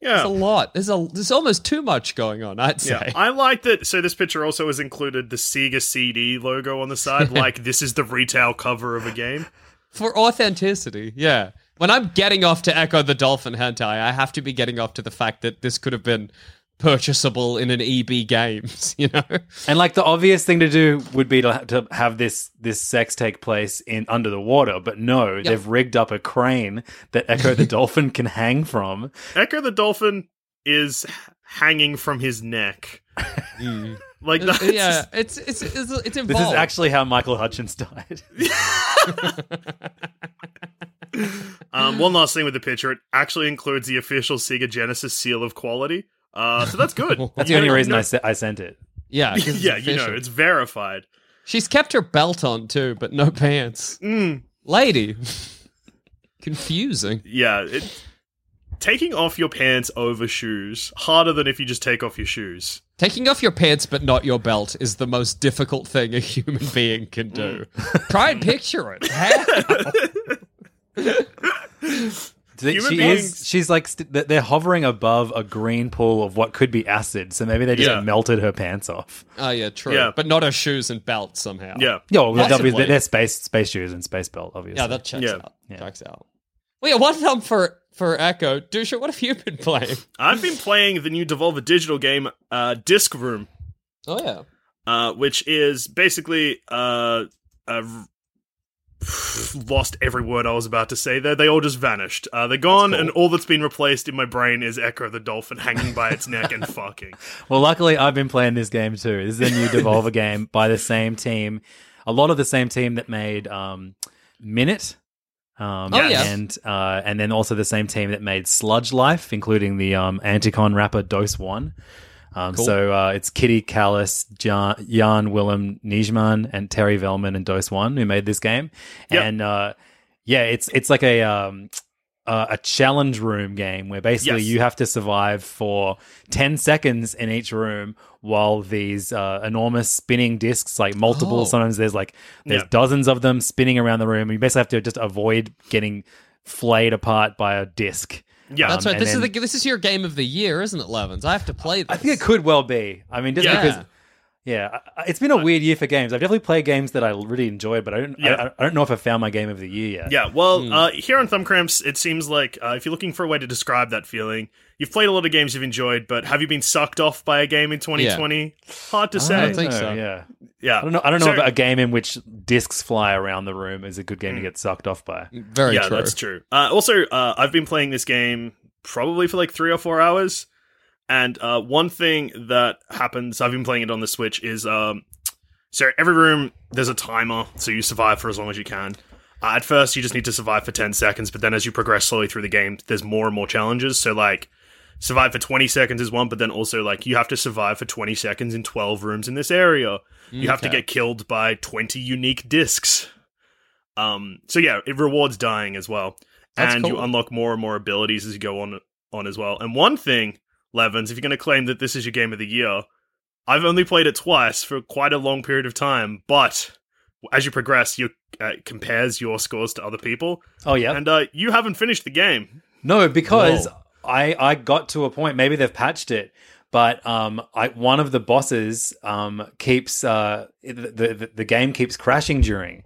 Speaker 3: Yeah.
Speaker 5: There's a lot. There's a there's almost too much going on. I'd say.
Speaker 3: Yeah, I like that. So this picture also has included the Sega CD logo on the side, like this is the retail cover of a game.
Speaker 5: for authenticity. Yeah. When I'm getting off to Echo the Dolphin Hentai, I have to be getting off to the fact that this could have been purchasable in an EB Games, you know?
Speaker 4: And like the obvious thing to do would be to, ha- to have this this sex take place in under the water, but no, they've rigged up a crane that Echo the dolphin can hang from.
Speaker 3: Echo the dolphin is hanging from his neck.
Speaker 4: Hmm.
Speaker 3: Like that's
Speaker 5: yeah, it's it's it's, it's
Speaker 4: This
Speaker 5: involved.
Speaker 4: is actually how Michael Hutchins died.
Speaker 3: um, one last thing with the picture. It actually includes the official Sega Genesis seal of quality. Uh, so that's good.
Speaker 4: That's the only reason I, se- I sent it.
Speaker 5: yeah, 'cause it's
Speaker 3: yeah, you know,
Speaker 5: official.
Speaker 3: it's verified.
Speaker 5: she's kept her belt on too, but no pants.
Speaker 3: Mm.
Speaker 5: Lady, confusing.
Speaker 3: Yeah, it, taking off your pants over shoes harder than if you just take off your shoes.
Speaker 5: Taking off your pants but not your belt is the most difficult thing a human being can do.
Speaker 3: Mm.
Speaker 5: Try and picture it.
Speaker 4: Do they-
Speaker 3: Human
Speaker 4: she
Speaker 3: beings-
Speaker 4: is. She's like st- they're- they're hovering above a green pool of what could be acid, so maybe they just
Speaker 3: Yeah.
Speaker 4: melted her pants off.
Speaker 5: oh yeah, true.
Speaker 3: Yeah.
Speaker 5: But not her shoes and belt somehow.
Speaker 3: Yeah.
Speaker 4: Yeah, well, they'll be-
Speaker 5: Possibly.
Speaker 4: they're space space shoes and space belt, obviously.
Speaker 5: Yeah, that checks
Speaker 3: Yeah.
Speaker 5: out. Checks out. Wait, one thumb for for Echo. Dusha, what have you been playing?
Speaker 3: I've been playing the new Devolver Digital game, uh, Disc Room.
Speaker 5: Oh yeah.
Speaker 3: uh, which is basically uh, I've lost every word I was about to say there. They all just vanished. Uh, they're gone, and all that's been replaced in my brain is Echo the dolphin hanging by its neck and fucking.
Speaker 4: Well, luckily, I've been playing this game too. This is a new Devolver game by the same team, a lot of the same team that made um, Minute. Um,
Speaker 5: Oh, yeah.
Speaker 4: and uh, and then also the same team that made Sludge Life, including the um, Anticon rapper Dose One. Um, So uh, it's Kitty Callis, Jan, Jan Willem Nijman, and Terry Velman and Dose One who made this game,
Speaker 3: Yep.
Speaker 4: and uh, yeah, it's it's like a um, uh, a challenge room game where basically
Speaker 3: Yes.
Speaker 4: you have to survive for 10 seconds in each room while these uh, enormous spinning discs like multiple
Speaker 5: Oh.
Speaker 4: sometimes there's like there's
Speaker 3: Yeah.
Speaker 4: dozens of them spinning around the room you basically have to just avoid getting flayed apart by a disc
Speaker 3: Yeah.
Speaker 5: That's
Speaker 4: Um,
Speaker 5: right.
Speaker 4: and
Speaker 5: This
Speaker 4: then-
Speaker 5: is the, this is your game of the year, isn't it, Levins? I have to play this.
Speaker 4: i think it could well be i mean just
Speaker 3: Yeah.
Speaker 4: because yeah, I- I- it's been a weird year for games. I've definitely played games that I really enjoyed, but I don't.
Speaker 3: Yeah.
Speaker 4: I, I- I don't know if I found my game of the year yet.
Speaker 3: Yeah, well, uh, here on Thumb Cramps, it seems like uh, if you're looking for a way to describe that feeling, you've played a lot of games you've enjoyed, but have you been sucked off by a game in 2020? Hard to
Speaker 4: I
Speaker 3: say.
Speaker 4: don't
Speaker 5: think
Speaker 4: know,
Speaker 5: so.
Speaker 4: Yeah,
Speaker 3: yeah,
Speaker 4: I don't know. I don't know
Speaker 3: So-
Speaker 4: about a game in which discs fly around the room is a good game to get sucked off by.
Speaker 5: Very
Speaker 3: yeah,
Speaker 5: true.
Speaker 3: that's true. Uh, also, uh, I've been playing this game probably for like three or four hours, and uh, one thing that happens, I've been playing it on the Switch, is um, so every room there's a timer, so you survive for as long as you can. Uh, at first, you just need to survive for ten seconds, but then as you progress slowly through the game, there's more and more challenges. So like. Survive for 20 seconds is one, but then also, like, you have to survive for 20 seconds in 12 rooms in this area. You have to
Speaker 5: Okay.
Speaker 3: get killed by 20 unique discs. Um, so yeah, it rewards dying as well,
Speaker 5: That's
Speaker 3: and you
Speaker 5: cool.
Speaker 3: unlock more and more abilities as you go on on as well. And one thing, Levens, if you're going to claim that this is your game of the year, I've only played it twice for quite a long period of time, but as you progress, you uh, it compares your scores to other people,
Speaker 4: Oh yeah,
Speaker 3: and uh, you haven't finished the game.
Speaker 4: No, because
Speaker 5: Whoa.
Speaker 4: I I got to a point. Maybe they've patched it, but um, I one of the bosses um keeps uh the the, the game keeps crashing during,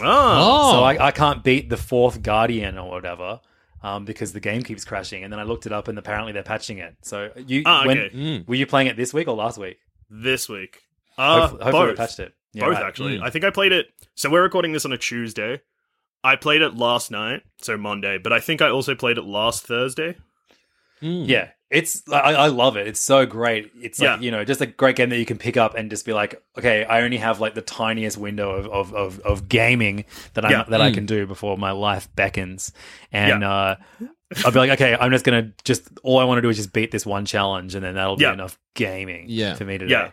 Speaker 3: Oh,
Speaker 5: Oh,
Speaker 4: so I, I can't beat the fourth guardian or whatever. Um, because the game keeps crashing, and then I looked it up, and apparently they're patching it. So you,
Speaker 3: Ah,
Speaker 4: when,
Speaker 3: okay.
Speaker 4: were you playing it this week or last week?
Speaker 3: this week, uh,
Speaker 4: hopefully, hopefully
Speaker 3: both.
Speaker 4: they patched it. Yeah,
Speaker 3: both
Speaker 4: right. Hmm.
Speaker 3: actually. I think I played it. So we're recording this on a Tuesday. I played it last night, so Monday, but I think I also played it last Thursday.
Speaker 4: Yeah, it's I, I love it. It's so great. It's like
Speaker 3: Yeah.
Speaker 4: you know, just a great game that you can pick up and just be like, okay, I only have like the tiniest window of of, of, of gaming that I
Speaker 3: Yeah.
Speaker 4: that I can do before my life beckons, and uh, I'll be like, okay, I'm just gonna just all I want to do is just beat this one challenge, and then that'll
Speaker 3: Yeah.
Speaker 4: be enough gaming
Speaker 5: Yeah.
Speaker 4: for me today.
Speaker 3: Yeah.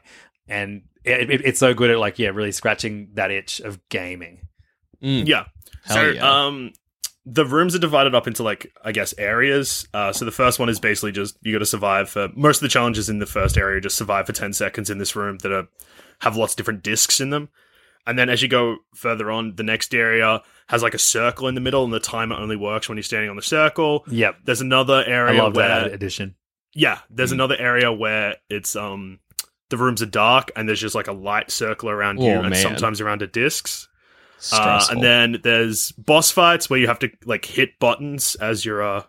Speaker 4: And it, it, it's so good at like yeah, really scratching that itch of gaming.
Speaker 5: Mm.
Speaker 3: Yeah.
Speaker 5: Hell
Speaker 3: so
Speaker 5: yeah.
Speaker 3: um the rooms are divided up into like I guess areas. Uh, so the first one is basically just you got to survive for most of the challenges in the first area. Just survive for ten seconds in this room that are have lots of different discs in them. And then as you go further on, the next area has like a circle in the middle, and the timer only works when you're standing on the circle.
Speaker 4: Yep,
Speaker 3: There's another
Speaker 4: I
Speaker 3: area
Speaker 4: love
Speaker 3: where
Speaker 4: that addition.
Speaker 3: yeah, there's
Speaker 5: Mm.
Speaker 3: another area where it's um the rooms are dark and there's just like a light circle around you
Speaker 5: Oh,
Speaker 3: and
Speaker 5: man.
Speaker 3: sometimes around the discs. Uh,
Speaker 5: Stressful.
Speaker 3: and then there's boss fights where you have to like hit buttons as you're uh,
Speaker 5: Mm.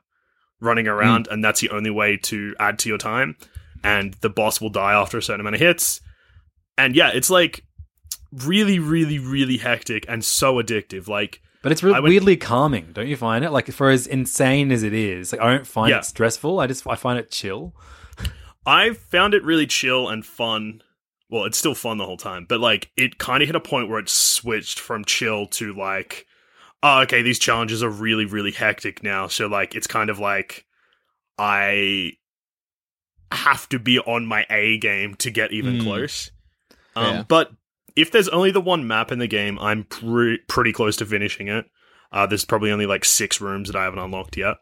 Speaker 3: running around, and that's the only way to add to your time. And the boss will die after a certain amount of hits. And yeah, it's like really, really, really hectic and so addictive. Like
Speaker 4: But it's re-
Speaker 3: I would-
Speaker 4: weirdly calming, don't you find it? Like for as insane as it is, like I don't find
Speaker 3: Yeah.
Speaker 4: it stressful. I just I find it chill.
Speaker 3: I found it really chill and fun. Well, it's still fun the whole time, but like it kind of hit a point where it switched from chill to like, oh, okay, these challenges are really, really hectic now. So like it's kind of like I have to be on my A game to get even
Speaker 5: Mm.
Speaker 3: close.
Speaker 5: Yeah.
Speaker 3: Um, but if there's only the one map in the game, I'm pre- pretty close to finishing it. Uh, there's probably only like six rooms that I haven't unlocked yet.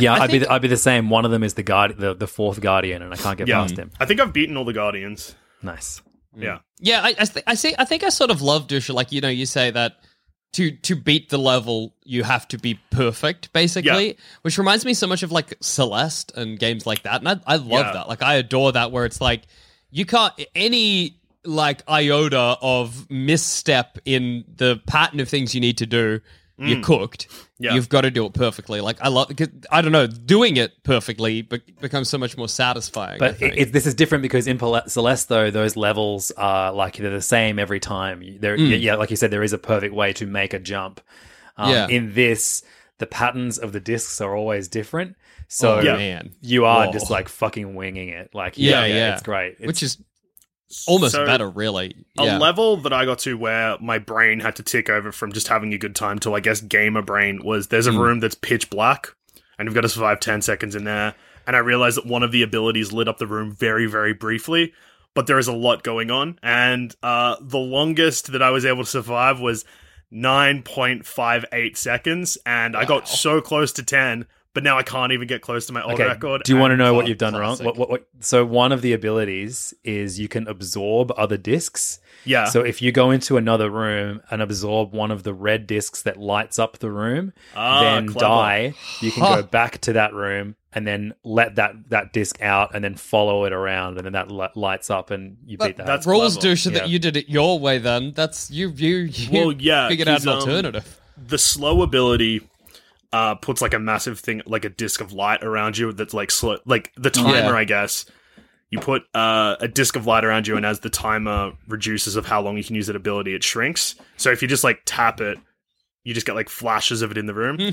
Speaker 4: yeah,
Speaker 5: I
Speaker 4: I would be
Speaker 5: think-
Speaker 4: the, I'd be the same. One of them is the guard, the, the fourth guardian, and I can't get
Speaker 3: Yeah.
Speaker 4: past him.
Speaker 3: I think I've beaten all the Guardians.
Speaker 4: Nice.
Speaker 3: Yeah.
Speaker 5: Yeah, I I, th- I see. I think I sort of love Dusha. Like you know, you say that to to beat the level, you have to be perfect, basically.
Speaker 3: Yeah.
Speaker 5: Which reminds me so much of like Celeste and games like that, and I I love
Speaker 3: Yeah.
Speaker 5: that. Like I adore that, where it's like you can't any like iota of misstep in the pattern of things you need to do.
Speaker 4: Mm.
Speaker 5: You're cooked.
Speaker 3: Yeah.
Speaker 5: You've got to do it perfectly. Like I love. 'cause, I don't know. Doing it perfectly be- becomes so much more satisfying. I
Speaker 4: But
Speaker 5: think.
Speaker 4: it, it, this is different because in Pal- Celeste, though, those levels are like they're the same every time. You- There, yeah, yeah, like you said, there is a perfect way to make a jump. Um,
Speaker 5: Yeah.
Speaker 4: In this, the patterns of the discs are always different, so
Speaker 5: Oh,
Speaker 3: Yeah.
Speaker 5: man.
Speaker 4: you are
Speaker 5: Whoa.
Speaker 4: just like fucking winging it. Like,
Speaker 5: Yeah,
Speaker 4: Oh. yeah,
Speaker 5: yeah.
Speaker 4: it's great. It's,
Speaker 5: which is almost
Speaker 3: So-
Speaker 5: better, really. Yeah.
Speaker 3: a level that I got to where my brain had to tick over from just having a good time to, I guess, gamer brain was there's a
Speaker 4: Hmm.
Speaker 3: room that's pitch black and you've got to survive 10 seconds in there. And I realized that one of the abilities lit up the room very, very briefly, but there is a lot going on. And uh, the longest that I was able to survive was 9.58 seconds. And I got so close to 10, but now I can't even get close to my old
Speaker 4: okay.
Speaker 3: record.
Speaker 4: Do you want to
Speaker 3: and-
Speaker 4: know what you've done
Speaker 5: classic.
Speaker 4: wrong? What, what, what? So one of the abilities is you can absorb other discs.
Speaker 3: Yeah.
Speaker 4: So if you go into another room and absorb one of the red discs that lights up the room,
Speaker 3: Ah,
Speaker 4: then
Speaker 3: clever.
Speaker 4: die, you can
Speaker 5: Huh.
Speaker 4: go back to that room and then let that that disc out and then follow it around and then that li- lights up and you
Speaker 5: But
Speaker 4: beat that.
Speaker 3: that's-
Speaker 5: rules
Speaker 3: clever.
Speaker 5: douche that
Speaker 4: Yeah.
Speaker 5: you did it your way then that's you you, you
Speaker 3: Well, yeah,
Speaker 5: figured out
Speaker 3: 'cause,
Speaker 5: an
Speaker 3: um,
Speaker 5: alternative
Speaker 3: the slow ability uh, puts like a massive thing, like a disc of light around you that's like slow, like the timer,
Speaker 5: Yeah.
Speaker 3: I guess. You put uh, a disc of light around you, and as the timer reduces of how long you can use that ability, it shrinks. So if you just like tap it, you just get like flashes of it in the room.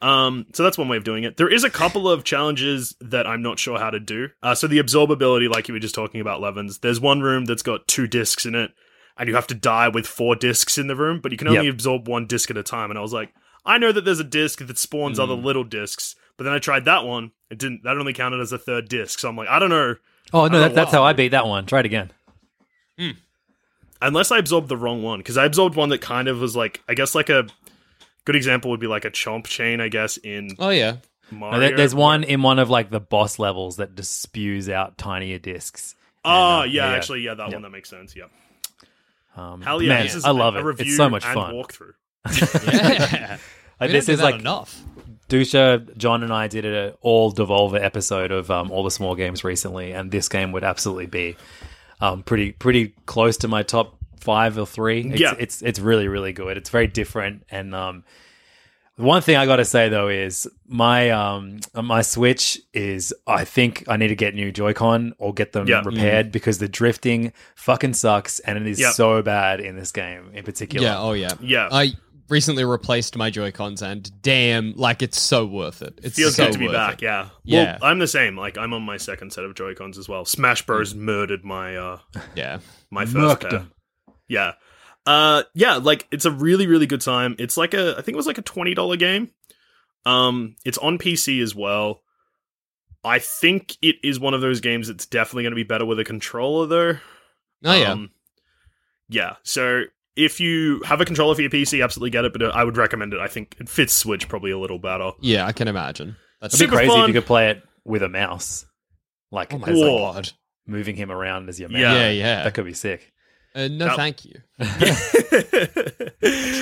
Speaker 3: Um, so that's one way of doing it. There is a couple of challenges that I'm not sure how to do. Uh, so the absorbability, like you were just talking about, Levens. There's one room that's got two discs in it, and you have to die with four discs in the room, but you can only
Speaker 4: Yep.
Speaker 3: absorb one disc at a time. And I was like, I know that there's a disc that spawns other little discs, but then I tried that one. It didn't. That only counted as a third disc. So I'm like, I don't know.
Speaker 4: oh no,
Speaker 3: I
Speaker 4: that,
Speaker 3: don't know
Speaker 4: that's how I beat that one. Try it again.
Speaker 3: Unless I absorbed the wrong one, because I absorbed one that kind of was like, I guess like a good example would be like a chomp chain, I guess in
Speaker 5: oh yeah
Speaker 4: No,
Speaker 3: Mario.
Speaker 4: there- there's one in one of like the boss levels that just spews out tinier discs.
Speaker 3: Oh,
Speaker 4: And, uh,
Speaker 3: yeah, actually, yeah, that one that makes sense. Yeah.
Speaker 4: Um,
Speaker 3: Hell yeah,
Speaker 4: man,
Speaker 3: this is
Speaker 4: I love
Speaker 3: a
Speaker 4: it.
Speaker 3: Review
Speaker 4: It's so much
Speaker 3: and
Speaker 4: fun.
Speaker 3: Walkthrough.
Speaker 5: yeah
Speaker 4: Like,
Speaker 5: We
Speaker 4: this
Speaker 5: don't do
Speaker 4: is
Speaker 5: that
Speaker 4: like
Speaker 5: enough
Speaker 4: Dusha, John, and I did an all Devolver episode of um, all the small games recently, and this game would absolutely be um, pretty pretty close to my top five or three. It's,
Speaker 3: Yeah.
Speaker 4: it's it's really really good. It's very different, and um, the one thing I got to say though is my um, my Switch is I think I need to get new Joy-Con or get them
Speaker 3: Yeah.
Speaker 4: repaired
Speaker 5: Mm-hmm.
Speaker 4: because the drifting fucking sucks, and it is
Speaker 3: Yeah.
Speaker 4: so bad in this game in particular.
Speaker 5: yeah oh yeah
Speaker 3: Yeah.
Speaker 5: i recently replaced my joy cons and damn like it's so worth it it's
Speaker 3: Feels
Speaker 5: so
Speaker 3: good to be
Speaker 5: worth
Speaker 3: back.
Speaker 5: it.
Speaker 3: Yeah.
Speaker 5: Yeah.
Speaker 3: Well, I'm the same. Like I'm on my second set of Joy Cons as well. Smash
Speaker 5: Mm.
Speaker 3: Bros. murdered my uh
Speaker 5: yeah
Speaker 3: my first
Speaker 4: Murked
Speaker 3: pair.
Speaker 4: 'em.
Speaker 3: Yeah. Uh yeah, like it's a really really good time. It's like a I think it was like a $20 game. Um it's on PC as well. I think it is one of those games that's definitely going to be better with a controller though.
Speaker 5: oh yeah
Speaker 3: Um, yeah. So if you have a controller for your PC, absolutely get it. But uh, I would recommend it. I think it fits Switch probably a little better.
Speaker 5: yeah i can imagine that's
Speaker 4: It'd be
Speaker 3: Super
Speaker 4: crazy
Speaker 3: fun.
Speaker 4: if you could play it with a mouse, like
Speaker 5: oh my
Speaker 4: as like,
Speaker 3: Whoa.
Speaker 5: god
Speaker 4: moving him around as your man.
Speaker 3: Yeah.
Speaker 5: yeah yeah
Speaker 4: That could be sick.
Speaker 5: uh, no
Speaker 3: That-
Speaker 5: thank you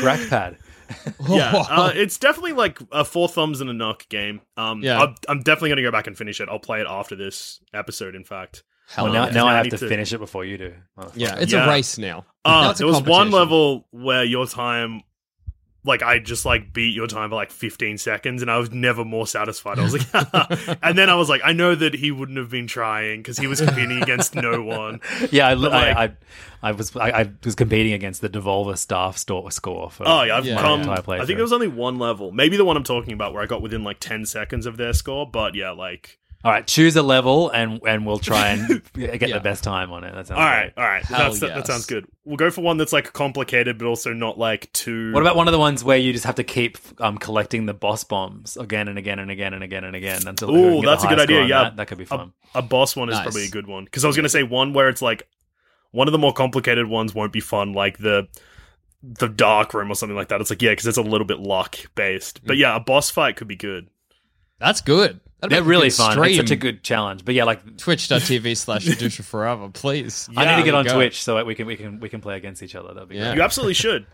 Speaker 4: Trackpad.
Speaker 3: yeah, uh, it's definitely like a four thumbs and a knock game. Um,
Speaker 5: Yeah.
Speaker 3: I'm, I'm definitely going to go back and finish it. I'll play it after this episode. In fact, Um,
Speaker 5: Hell
Speaker 4: Well, now,
Speaker 5: yeah.
Speaker 4: now I
Speaker 3: I
Speaker 4: have
Speaker 3: need
Speaker 4: to
Speaker 3: to-
Speaker 4: finish it before you do. Oh, Motherfucker.
Speaker 5: yeah it's
Speaker 3: Yeah.
Speaker 5: a race now Now
Speaker 3: uh,
Speaker 5: it's a
Speaker 3: there was one
Speaker 5: competition.
Speaker 3: level where your time, like I just like beat your time by like 15 seconds, and I was never more satisfied. I was like, and then I was like, I know that he wouldn't have been trying because he was competing against no one.
Speaker 4: yeah. I,
Speaker 3: But, like-
Speaker 4: I, I, I was I, I was competing against the Devolver staff store score for.
Speaker 3: Oh yeah, I've
Speaker 5: Yeah.
Speaker 3: come.
Speaker 4: Yeah.
Speaker 3: I think there was only one level, maybe the one I'm talking about, where I got within like ten seconds of their score. But yeah, like
Speaker 4: All right, choose a level and and we'll try and get
Speaker 5: Yeah.
Speaker 4: the best time on it. That sounds
Speaker 3: all right,
Speaker 4: great.
Speaker 3: all right,
Speaker 5: Hell
Speaker 3: that's, that
Speaker 5: yes.
Speaker 3: sounds good. We'll go for one that's like complicated, but also not like too.
Speaker 4: What about one of the ones where you just have to keep um, collecting the boss bombs again and again and again and again and again until whoever
Speaker 3: Ooh,
Speaker 4: can get
Speaker 3: that's
Speaker 4: the
Speaker 3: a good
Speaker 4: highest score
Speaker 3: idea,
Speaker 4: on
Speaker 3: yeah.
Speaker 4: that, that could be fun.
Speaker 3: a boss one is
Speaker 5: Nice.
Speaker 3: probably a good one because I was going to say one where it's like one of the more complicated ones won't be fun, like the the dark room or something like that. It's like yeah, because it's a little bit luck based. But yeah, a boss fight could be good.
Speaker 5: That's good. That'd
Speaker 4: They're
Speaker 5: be a
Speaker 4: really
Speaker 5: good
Speaker 4: fun. It's
Speaker 5: Stream.
Speaker 4: such a good challenge. But yeah, like
Speaker 5: Twitch.tv slash Dusha Forever, please.
Speaker 4: I
Speaker 5: Yeah,
Speaker 4: need to get
Speaker 5: there
Speaker 4: on
Speaker 5: you go.
Speaker 4: Twitch so that we can we can we can play against each other. That'd be
Speaker 5: Yeah.
Speaker 3: You absolutely should.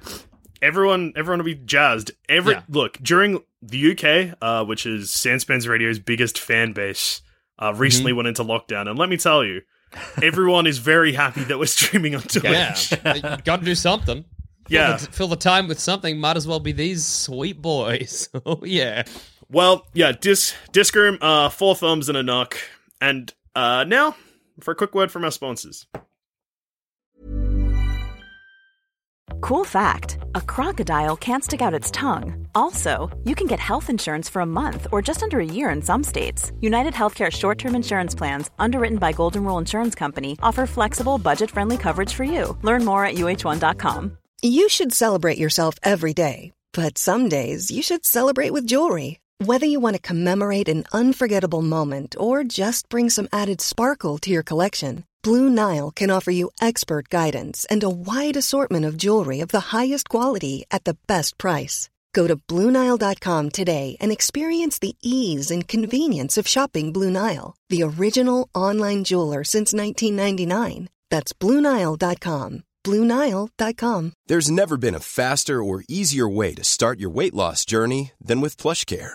Speaker 3: Everyone, everyone will be jazzed. Every
Speaker 5: Yeah.
Speaker 3: look during the UK, uh, which is Sanspans Radio's biggest fan base, uh, recently
Speaker 5: Mm-hmm.
Speaker 3: went into lockdown, and let me tell you, everyone is very happy that we're streaming on Twitch.
Speaker 5: Yeah. you got to do something. Fill
Speaker 3: Yeah.
Speaker 5: the, fill the time with something. Might as well be these sweet boys. oh, yeah.
Speaker 3: Well, yeah, disc disc room, uh, four thumbs and a knock, and uh, now for a quick word from our sponsors.
Speaker 6: Cool fact a crocodile can't stick out its tongue. Also, you can get health insurance for a month or just under a year in some states. United Healthcare short term insurance plans, underwritten by Golden Rule Insurance Company, offer flexible, budget friendly coverage for you. Learn more at uh1.com.
Speaker 7: You should celebrate yourself every day, but some days you should celebrate with jewelry. Whether you want to commemorate an unforgettable moment or just bring some added sparkle to your collection, Blue Nile can offer you expert guidance and a wide assortment of jewelry of the highest quality at the best price. Go to BlueNile.com today and experience the ease and convenience of shopping Blue Nile, the original online jeweler since 1999. That's BlueNile.com. BlueNile.com.
Speaker 8: There's never been a faster or easier way to start your weight loss journey than with PlushCare.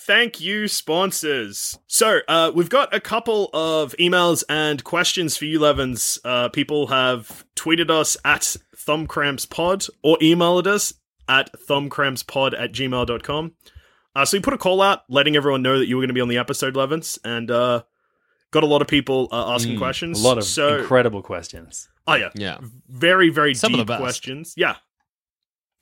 Speaker 3: Thank you, sponsors. So, uh, we've got a couple of emails and questions for you, Levins. Uh, people have tweeted us at thumbcrampspod or emailed us at thumbcrampspod at gmail.com. Uh, so, you put a call out letting everyone know that you were going to be on the episode, Levins, and uh, got a lot of people uh, asking
Speaker 4: Mm, a
Speaker 3: questions.
Speaker 4: lot of
Speaker 3: so,
Speaker 4: incredible questions.
Speaker 3: oh, yeah.
Speaker 5: Yeah.
Speaker 3: Very, very
Speaker 5: Some of
Speaker 3: deep
Speaker 5: the best.
Speaker 3: questions. Yeah.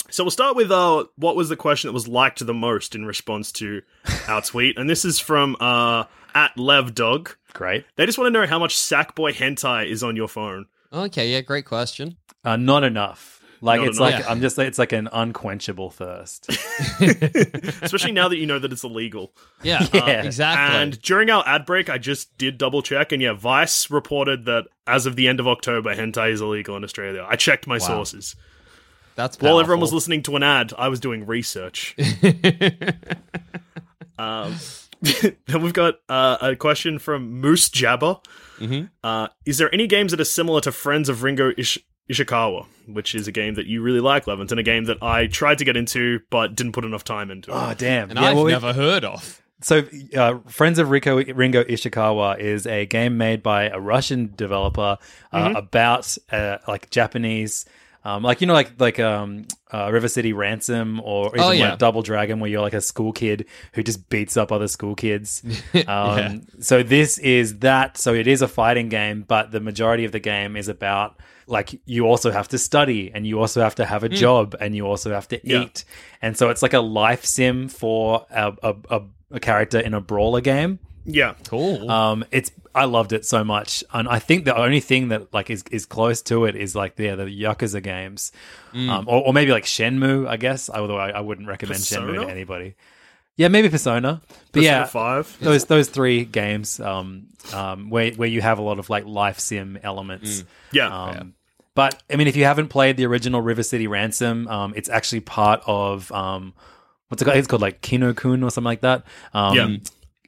Speaker 3: So we'll start with uh, what was the question that was liked the most in response to our tweet, and this is from uh, at LevDog.
Speaker 4: Great.
Speaker 3: They just want to know how much Sackboy hentai is on your phone.
Speaker 5: Okay. Yeah. Great question.
Speaker 4: Uh, not enough. Like
Speaker 3: Not
Speaker 4: it's
Speaker 3: enough.
Speaker 4: like
Speaker 5: Yeah.
Speaker 4: I'm just it's like an unquenchable thirst.
Speaker 3: Especially now that you know that it's illegal.
Speaker 5: Yeah. uh,
Speaker 4: Yeah.
Speaker 5: exactly.
Speaker 3: And during our ad break, I just did double check, and yeah, Vice reported that as of the end of October, hentai is illegal in Australia. I checked my sources.
Speaker 5: That's
Speaker 3: While everyone was
Speaker 5: powerful.
Speaker 3: listening to an ad, I was doing research. um, then we've got uh, a question from Moose Jabber.
Speaker 4: Mm-hmm.
Speaker 3: Uh, is there any games that are similar to Friends of Ringo Ish- Ishikawa, which is a game that you really like, Levins, and a game that I tried to get into but didn't put enough time into?
Speaker 4: Oh damn!
Speaker 5: and
Speaker 4: Yeah,
Speaker 5: I've
Speaker 4: well, we-
Speaker 5: never heard of.
Speaker 4: So, uh, Friends of Rico, Ringo Ishikawa is a game made by a Russian developer uh, about uh, like Japanese, um, like you know, like like um, uh, River City Ransom or even
Speaker 5: Oh, yeah.
Speaker 4: like Double Dragon, where you're like a school kid who just beats up other school kids. Um, So this is that. So it is a fighting game, but the majority of the game is about like you also have to study and you also have to have a job and you also have to
Speaker 3: Yeah.
Speaker 4: eat. And so it's like a life sim for a, a, a, a character in a brawler game.
Speaker 3: Yeah.
Speaker 5: Cool.
Speaker 4: Um, it's I loved it so much, and I think the only thing that like is, is close to it is like yeah, the Yakuza games,
Speaker 3: Mm.
Speaker 4: um, or, or maybe like Shenmue, I guess. Although I, I wouldn't recommend Shenmue
Speaker 3: Persona?
Speaker 4: to anybody. Yeah, maybe Persona, but
Speaker 3: Persona
Speaker 4: yeah,
Speaker 3: 5.
Speaker 4: those those three games um, um, where where you have a lot of like life sim elements.
Speaker 3: Mm. Yeah.
Speaker 4: Um, But I mean, if you haven't played the original River City Ransom, um, it's actually part of um, what's it called? It's called like Kinokun or something like that. Um,
Speaker 3: Yeah.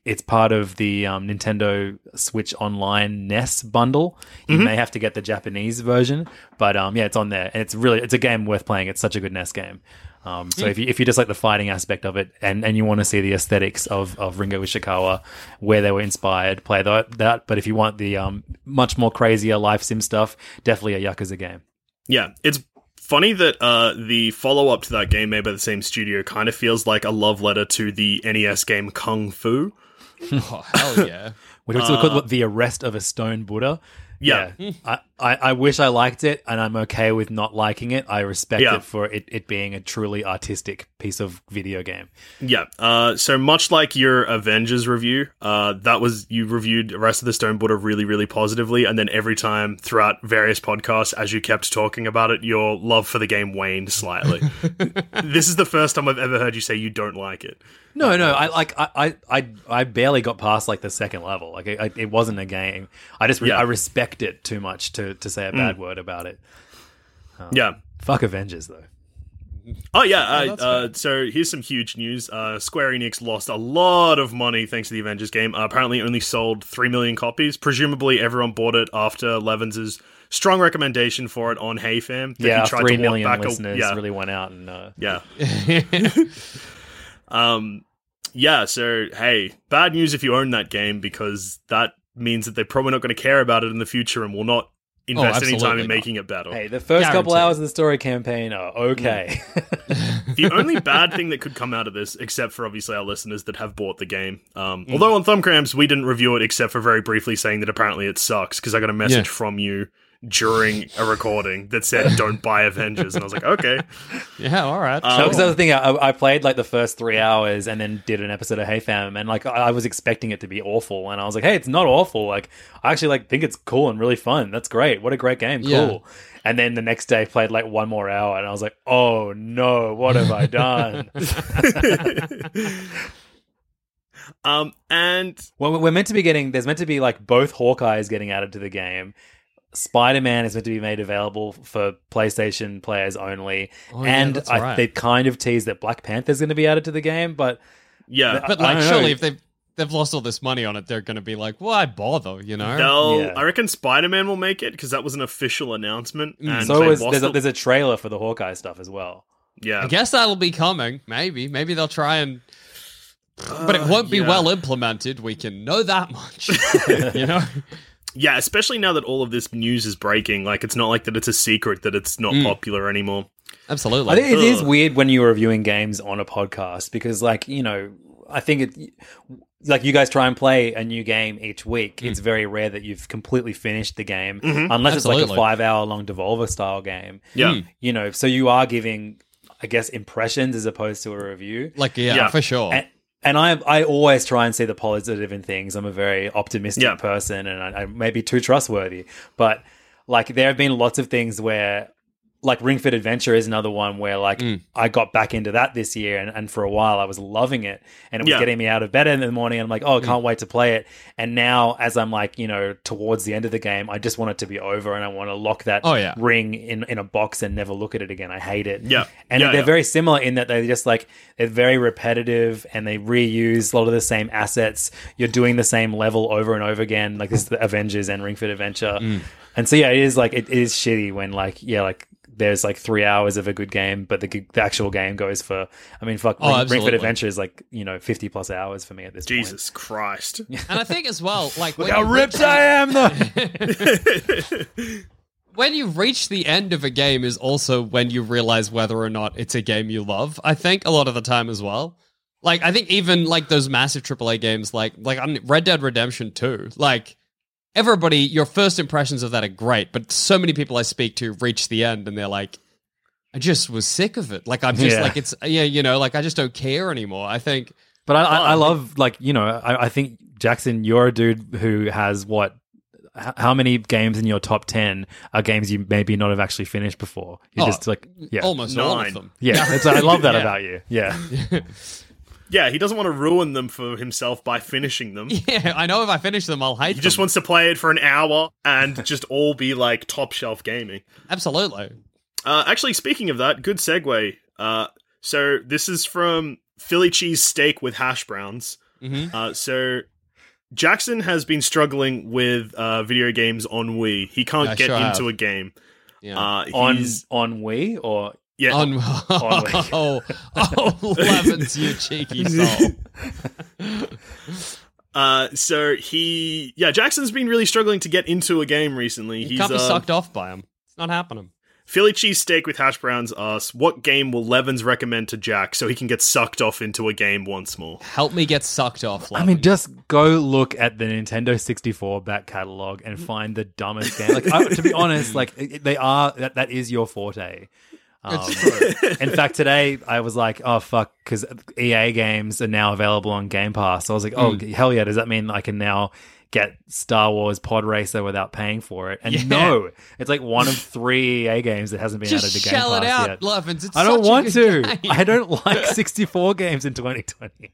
Speaker 4: It's part of the um, Nintendo Switch Online NES bundle. You may have to get the Japanese version, but um, yeah, it's on there, and it's really it's a game worth playing. It's such a good NES game. Um, so if you if you just like the fighting aspect of it, and, and you want to see the aesthetics of, of Ringo Ishikawa, where they were inspired, play that. that. But if you want the um, much more crazier life sim stuff, definitely a Yakuza game.
Speaker 3: Yeah, it's funny that uh, the follow up to that game made by the same studio kind of feels like a love letter to the NES game Kung Fu.
Speaker 5: oh, hell yeah.
Speaker 4: Which is called the arrest of a stone Buddha.
Speaker 3: Uh, Yeah. Hmm.
Speaker 4: I, I, I wish I liked it, and I'm okay with not liking it. I respect
Speaker 3: Yeah.
Speaker 4: it for it, it being a truly artistic piece of video game.
Speaker 3: Yeah. Uh, so much like your Avengers review, uh, that was you reviewed Rest of the Stone Buddha really, really positively, and then every time throughout various podcasts, as you kept talking about it, your love for the game waned slightly. this is the first time I've ever heard you say you don't like it.
Speaker 4: No, no, I like I, I, I, I barely got past like the second level. Like it, it wasn't a game. I just re-
Speaker 3: Yeah. Hmm.
Speaker 4: I respect it too much to to say a bad word about it.
Speaker 3: Yeah.
Speaker 4: Fuck Avengers though.
Speaker 3: Oh yeah. I, uh, so here's some huge news. Uh, Square Enix lost a lot of money thanks to the Avengers game. Uh, apparently, only sold three million copies. Presumably, everyone bought it after Levens's strong recommendation for it on HeyFam. that he
Speaker 4: yeah,
Speaker 3: tried
Speaker 4: three
Speaker 3: to walk
Speaker 4: million
Speaker 3: back a-
Speaker 4: listeners
Speaker 3: yeah.
Speaker 4: really went out and uh,
Speaker 3: Yeah. um yeah, so hey, bad news if you own that game because that means that they're probably not going to care about it in the future and will not
Speaker 4: Oh,
Speaker 3: invest any time
Speaker 5: absolutely
Speaker 3: in
Speaker 5: not.
Speaker 3: making it better.
Speaker 4: Hey, the first couple
Speaker 5: Guaranteed.
Speaker 4: hours of the story campaign are
Speaker 3: Hmm.
Speaker 4: okay.
Speaker 3: The only bad thing that could come out of this, except for obviously our listeners that have bought the game, um,
Speaker 4: Mm.
Speaker 3: although on Thumbcramps we didn't review it except for very briefly saying that apparently it sucks because I got a message
Speaker 5: Yeah.
Speaker 3: from you during a recording that said don't buy Avengers and I was like, okay.
Speaker 5: Yeah, all right.
Speaker 4: No, because that was the thing. I, I played like the first three hours and then did an episode of Hey Fam, and like I I was expecting it to be awful, and I was like, "Hey, it's not awful. Like I actually like think it's cool and really fun. That's great. What a great game. Cool."
Speaker 5: Yeah.
Speaker 4: And then the next day, played like one more hour, and I was like, "Oh no, what have I done?"
Speaker 3: Um and
Speaker 4: well, we're meant to be getting. There's meant to be like both Hawkeyes getting added to the game. Spider Man is meant to be made available for PlayStation players only,
Speaker 5: Oh, yeah,
Speaker 4: and
Speaker 5: that's
Speaker 4: I,
Speaker 5: right.
Speaker 4: they kind of teased that Black Panther's going to be added to the game, but.
Speaker 3: yeah.
Speaker 5: but
Speaker 4: I- I
Speaker 5: like,
Speaker 4: don't know.
Speaker 5: surely if they've they've lost all this money on it, they're going to be like, "Why bother?" You know?
Speaker 3: They'll,
Speaker 4: Yeah.
Speaker 3: I reckon Spider Man will make it because that was an official announcement. And
Speaker 4: Mm, so
Speaker 3: they
Speaker 4: is,
Speaker 3: lost
Speaker 4: there's, a,
Speaker 3: it-
Speaker 4: there's a trailer for the Hawkeye stuff as well.
Speaker 3: yeah,
Speaker 5: I guess that'll be coming. Maybe, maybe they'll try and. But it
Speaker 3: Uh,
Speaker 5: won't be
Speaker 3: yeah.
Speaker 5: well implemented. We can know that much. you know?
Speaker 3: yeah. Especially now that all of this news is breaking, like it's not like that it's a secret that it's
Speaker 4: Mm.
Speaker 3: not popular anymore.
Speaker 5: Absolutely.
Speaker 4: I think it is
Speaker 3: ugh.
Speaker 4: weird when you're reviewing games on a podcast because, like, you know, I think it, like, you guys try and play a new game each week. It's very rare that you've completely finished the game unless it's like
Speaker 5: Absolutely.
Speaker 4: a five hour long Devolver style game.
Speaker 3: Yeah,
Speaker 4: You know, so you are giving, I guess, impressions as opposed to a review.
Speaker 5: like, yeah,
Speaker 3: Yeah.
Speaker 5: for sure.
Speaker 4: and, and I I always try and see the positive in things. I'm a very optimistic
Speaker 3: Yeah.
Speaker 4: person, and I, I may be too trustworthy. But like, there have been lots of things where, like, Ring Fit Adventure is another one where like
Speaker 3: Mm.
Speaker 4: I got back into that this year, and, and for a while I was loving it, and it was
Speaker 3: Yeah. Mm.
Speaker 4: getting me out of bed in the morning. And I'm like, oh, I can't wait to play it. And now, as I'm like, you know, towards the end of the game, I just want it to be over, and I want to lock that
Speaker 5: Oh, yeah.
Speaker 4: ring in in a box and never look at it again. I hate it.
Speaker 3: Yeah.
Speaker 4: And
Speaker 3: Yeah,
Speaker 4: they're
Speaker 3: yeah.
Speaker 4: very similar in that they're just like they're very repetitive and they reuse a lot of the same assets. You're doing the same level over and over again. Like this is the Avengers and Ring Fit Adventure.
Speaker 5: Mm.
Speaker 4: And so yeah, it is like it is shitty when like yeah, like there's like three hours of a good game, but the, g- the actual game goes for I mean fuck
Speaker 5: Oh,
Speaker 4: Ring, Ring Fit
Speaker 5: absolutely.
Speaker 4: Adventure is like, you know, fifty plus hours for me at this point.
Speaker 3: Jesus Christ.
Speaker 5: and I think as well, like,
Speaker 4: Look
Speaker 5: when
Speaker 4: how
Speaker 5: you
Speaker 4: ripped
Speaker 5: reach-
Speaker 4: I am though.
Speaker 5: when you reach the end of a game is also when you realize whether or not it's a game you love. I think a lot of the time as well. Like I think even like those massive AAA games, like like on Red Dead Redemption Two, like everybody, your first impressions of that are great, but so many people I speak to reach the end and they're like, I just was sick of it. Like I'm just
Speaker 4: Yeah.
Speaker 5: like it's yeah, you know, like I just don't care anymore. I think
Speaker 4: But I, I, I love like you know I, I think Jackson, you're a dude who has what? h- How many games in your top ten are games you maybe not have actually finished before? You're
Speaker 5: Oh,
Speaker 4: just like yeah,
Speaker 5: almost all
Speaker 3: Nine.
Speaker 5: of them.
Speaker 4: yeah. It's, I love that
Speaker 5: Yeah.
Speaker 4: about you. Yeah,
Speaker 3: Yeah, he doesn't want to ruin them for himself by finishing them. He
Speaker 5: Yeah, I know if I finish them, I'll hate them.
Speaker 3: just wants to play it for an hour and just all be like top shelf gaming.
Speaker 5: Absolutely.
Speaker 3: Uh, actually, speaking of that, good segue. Uh, so this is from Philly cheese steak with hash browns.
Speaker 5: Mhm.
Speaker 3: Uh, so Jackson has been struggling with uh, video games on Wii. He can't
Speaker 5: I
Speaker 3: get
Speaker 5: sure
Speaker 3: into
Speaker 5: have.
Speaker 3: a game.
Speaker 5: Yeah.
Speaker 3: Uh,
Speaker 4: on
Speaker 3: he's,
Speaker 4: on Wii or
Speaker 3: yeah,
Speaker 5: On, oh, oh, Levens, you cheeky soul.
Speaker 3: uh, so he, yeah, Jackson's been really struggling to get into a game recently.
Speaker 5: You
Speaker 3: he's
Speaker 5: can't be
Speaker 3: uh,
Speaker 5: sucked off by him. It's not happening.
Speaker 3: Philly cheesesteak with hash browns asks, what game will Levens recommend to Jack so he can get sucked off into a game once more?
Speaker 5: Help me get sucked off.
Speaker 4: I mean, just go look at the Nintendo 64 back catalog
Speaker 5: Mm.
Speaker 4: and find the dumbest game. Like, I, to be honest, like it- it- they are that, that is your forte. Um, in fact, today I was like, "Oh fuck," because EA games are now available on Game Pass. So I was like, "Oh
Speaker 5: Hmm.
Speaker 4: hell yeah!" Does that mean I can now get Star Wars Pod Racer without paying for it? And
Speaker 5: Yeah.
Speaker 4: no, it's like one of three EA games that hasn't been
Speaker 5: Just
Speaker 4: added to Game
Speaker 5: shell it
Speaker 4: Pass
Speaker 5: out,
Speaker 4: yet.
Speaker 5: Lovins. It's
Speaker 4: I don't
Speaker 5: such a
Speaker 4: want to.
Speaker 5: good game.
Speaker 4: I don't like 64 games in 2020.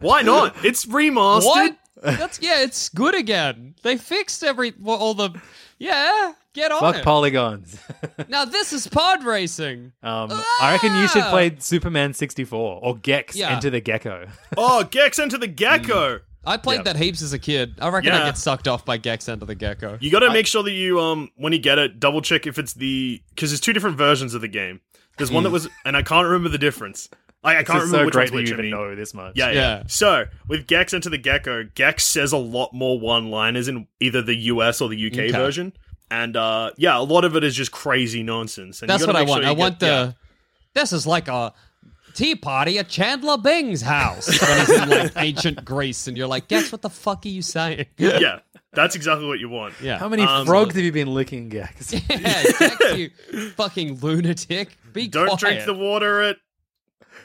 Speaker 3: Why not? It's remastered.
Speaker 5: What? That's yeah. It's good again. They fixed every well, all the yeah. Get on
Speaker 4: Fuck
Speaker 5: it.
Speaker 4: polygons.
Speaker 5: now this is pod racing.
Speaker 4: Um, I reckon you should
Speaker 5: Ah!
Speaker 4: play Superman 64 or Gex
Speaker 5: Yeah.
Speaker 4: Enter the Gecko.
Speaker 3: Oh, Gex into the
Speaker 4: Hmm.
Speaker 3: Gecko.
Speaker 5: I played that heaps as a kid. I reckon
Speaker 3: Yeah.
Speaker 5: I get sucked off by Gex under the gecko.
Speaker 3: You got to make sure that you um when you get it, double check if it's the because there's two different versions of the game. There's one that was, and I can't remember the difference. I, I
Speaker 4: Hmm. This
Speaker 3: can't
Speaker 4: is
Speaker 3: remember
Speaker 4: so
Speaker 3: which
Speaker 4: great that you
Speaker 3: one's which. I
Speaker 4: even
Speaker 3: mean.
Speaker 4: know this much.
Speaker 3: Yeah, yeah,
Speaker 5: Yeah.
Speaker 3: So with Gex into the Gecko, Gex says a lot more one-liners in either the US or the UK
Speaker 5: Okay.
Speaker 3: version, and uh, yeah, a lot of it is just crazy nonsense. And you
Speaker 5: That's what
Speaker 3: gotta
Speaker 5: I
Speaker 3: make sure
Speaker 5: want.
Speaker 3: you
Speaker 5: I
Speaker 3: get-
Speaker 5: want the.
Speaker 3: yeah.
Speaker 5: This is like a tea party at Chandler Bing's house when he's in like ancient Greece, and you're like, Gex, what the fuck are you saying?
Speaker 3: Yeah. that's exactly what you want.
Speaker 5: Yeah.
Speaker 4: How many
Speaker 3: Um,
Speaker 4: frogs have you been licking, Gex?
Speaker 5: Yeah, Gex, you fucking lunatic. Be
Speaker 3: Don't
Speaker 5: quiet.
Speaker 3: drink the water at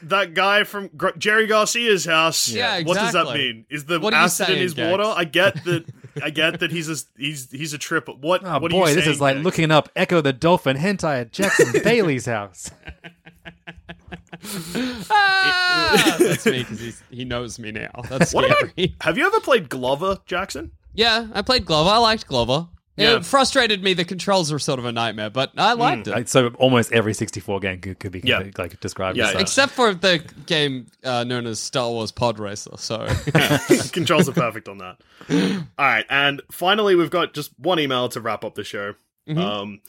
Speaker 3: that guy from Gr- Jerry Garcia's house.
Speaker 5: Yeah,
Speaker 3: What does that
Speaker 5: exactly.
Speaker 3: mean? Is the
Speaker 5: What are you
Speaker 3: acid in
Speaker 5: saying,
Speaker 3: his
Speaker 5: Gex?
Speaker 3: water? I get that. I get that he's a he's he's a trip. What?
Speaker 4: Oh
Speaker 3: what are you
Speaker 4: boy, this
Speaker 3: saying,
Speaker 4: is like
Speaker 3: Gex?
Speaker 4: looking up Echo the Dolphin hentai at Jackson Bailey's house.
Speaker 5: Ah! That's me because he knows me now. That's
Speaker 3: What about-
Speaker 5: scary.
Speaker 3: Have you ever played Glover Jackson?
Speaker 5: Yeah, I played Glover. I liked Glover.
Speaker 3: Yeah. Hmm.
Speaker 5: It frustrated me. The controls were sort of a nightmare, but I liked it.
Speaker 4: Like, so almost every 64 game could, could be
Speaker 3: Yeah.
Speaker 4: like, like described
Speaker 3: Yeah,
Speaker 4: as such.
Speaker 5: Except for the game uh, known as Star Wars Pod Racer. So
Speaker 3: Controls are perfect on that. All right, and finally, we've got just one email to wrap up the show.
Speaker 5: Mm-hmm.
Speaker 3: Um,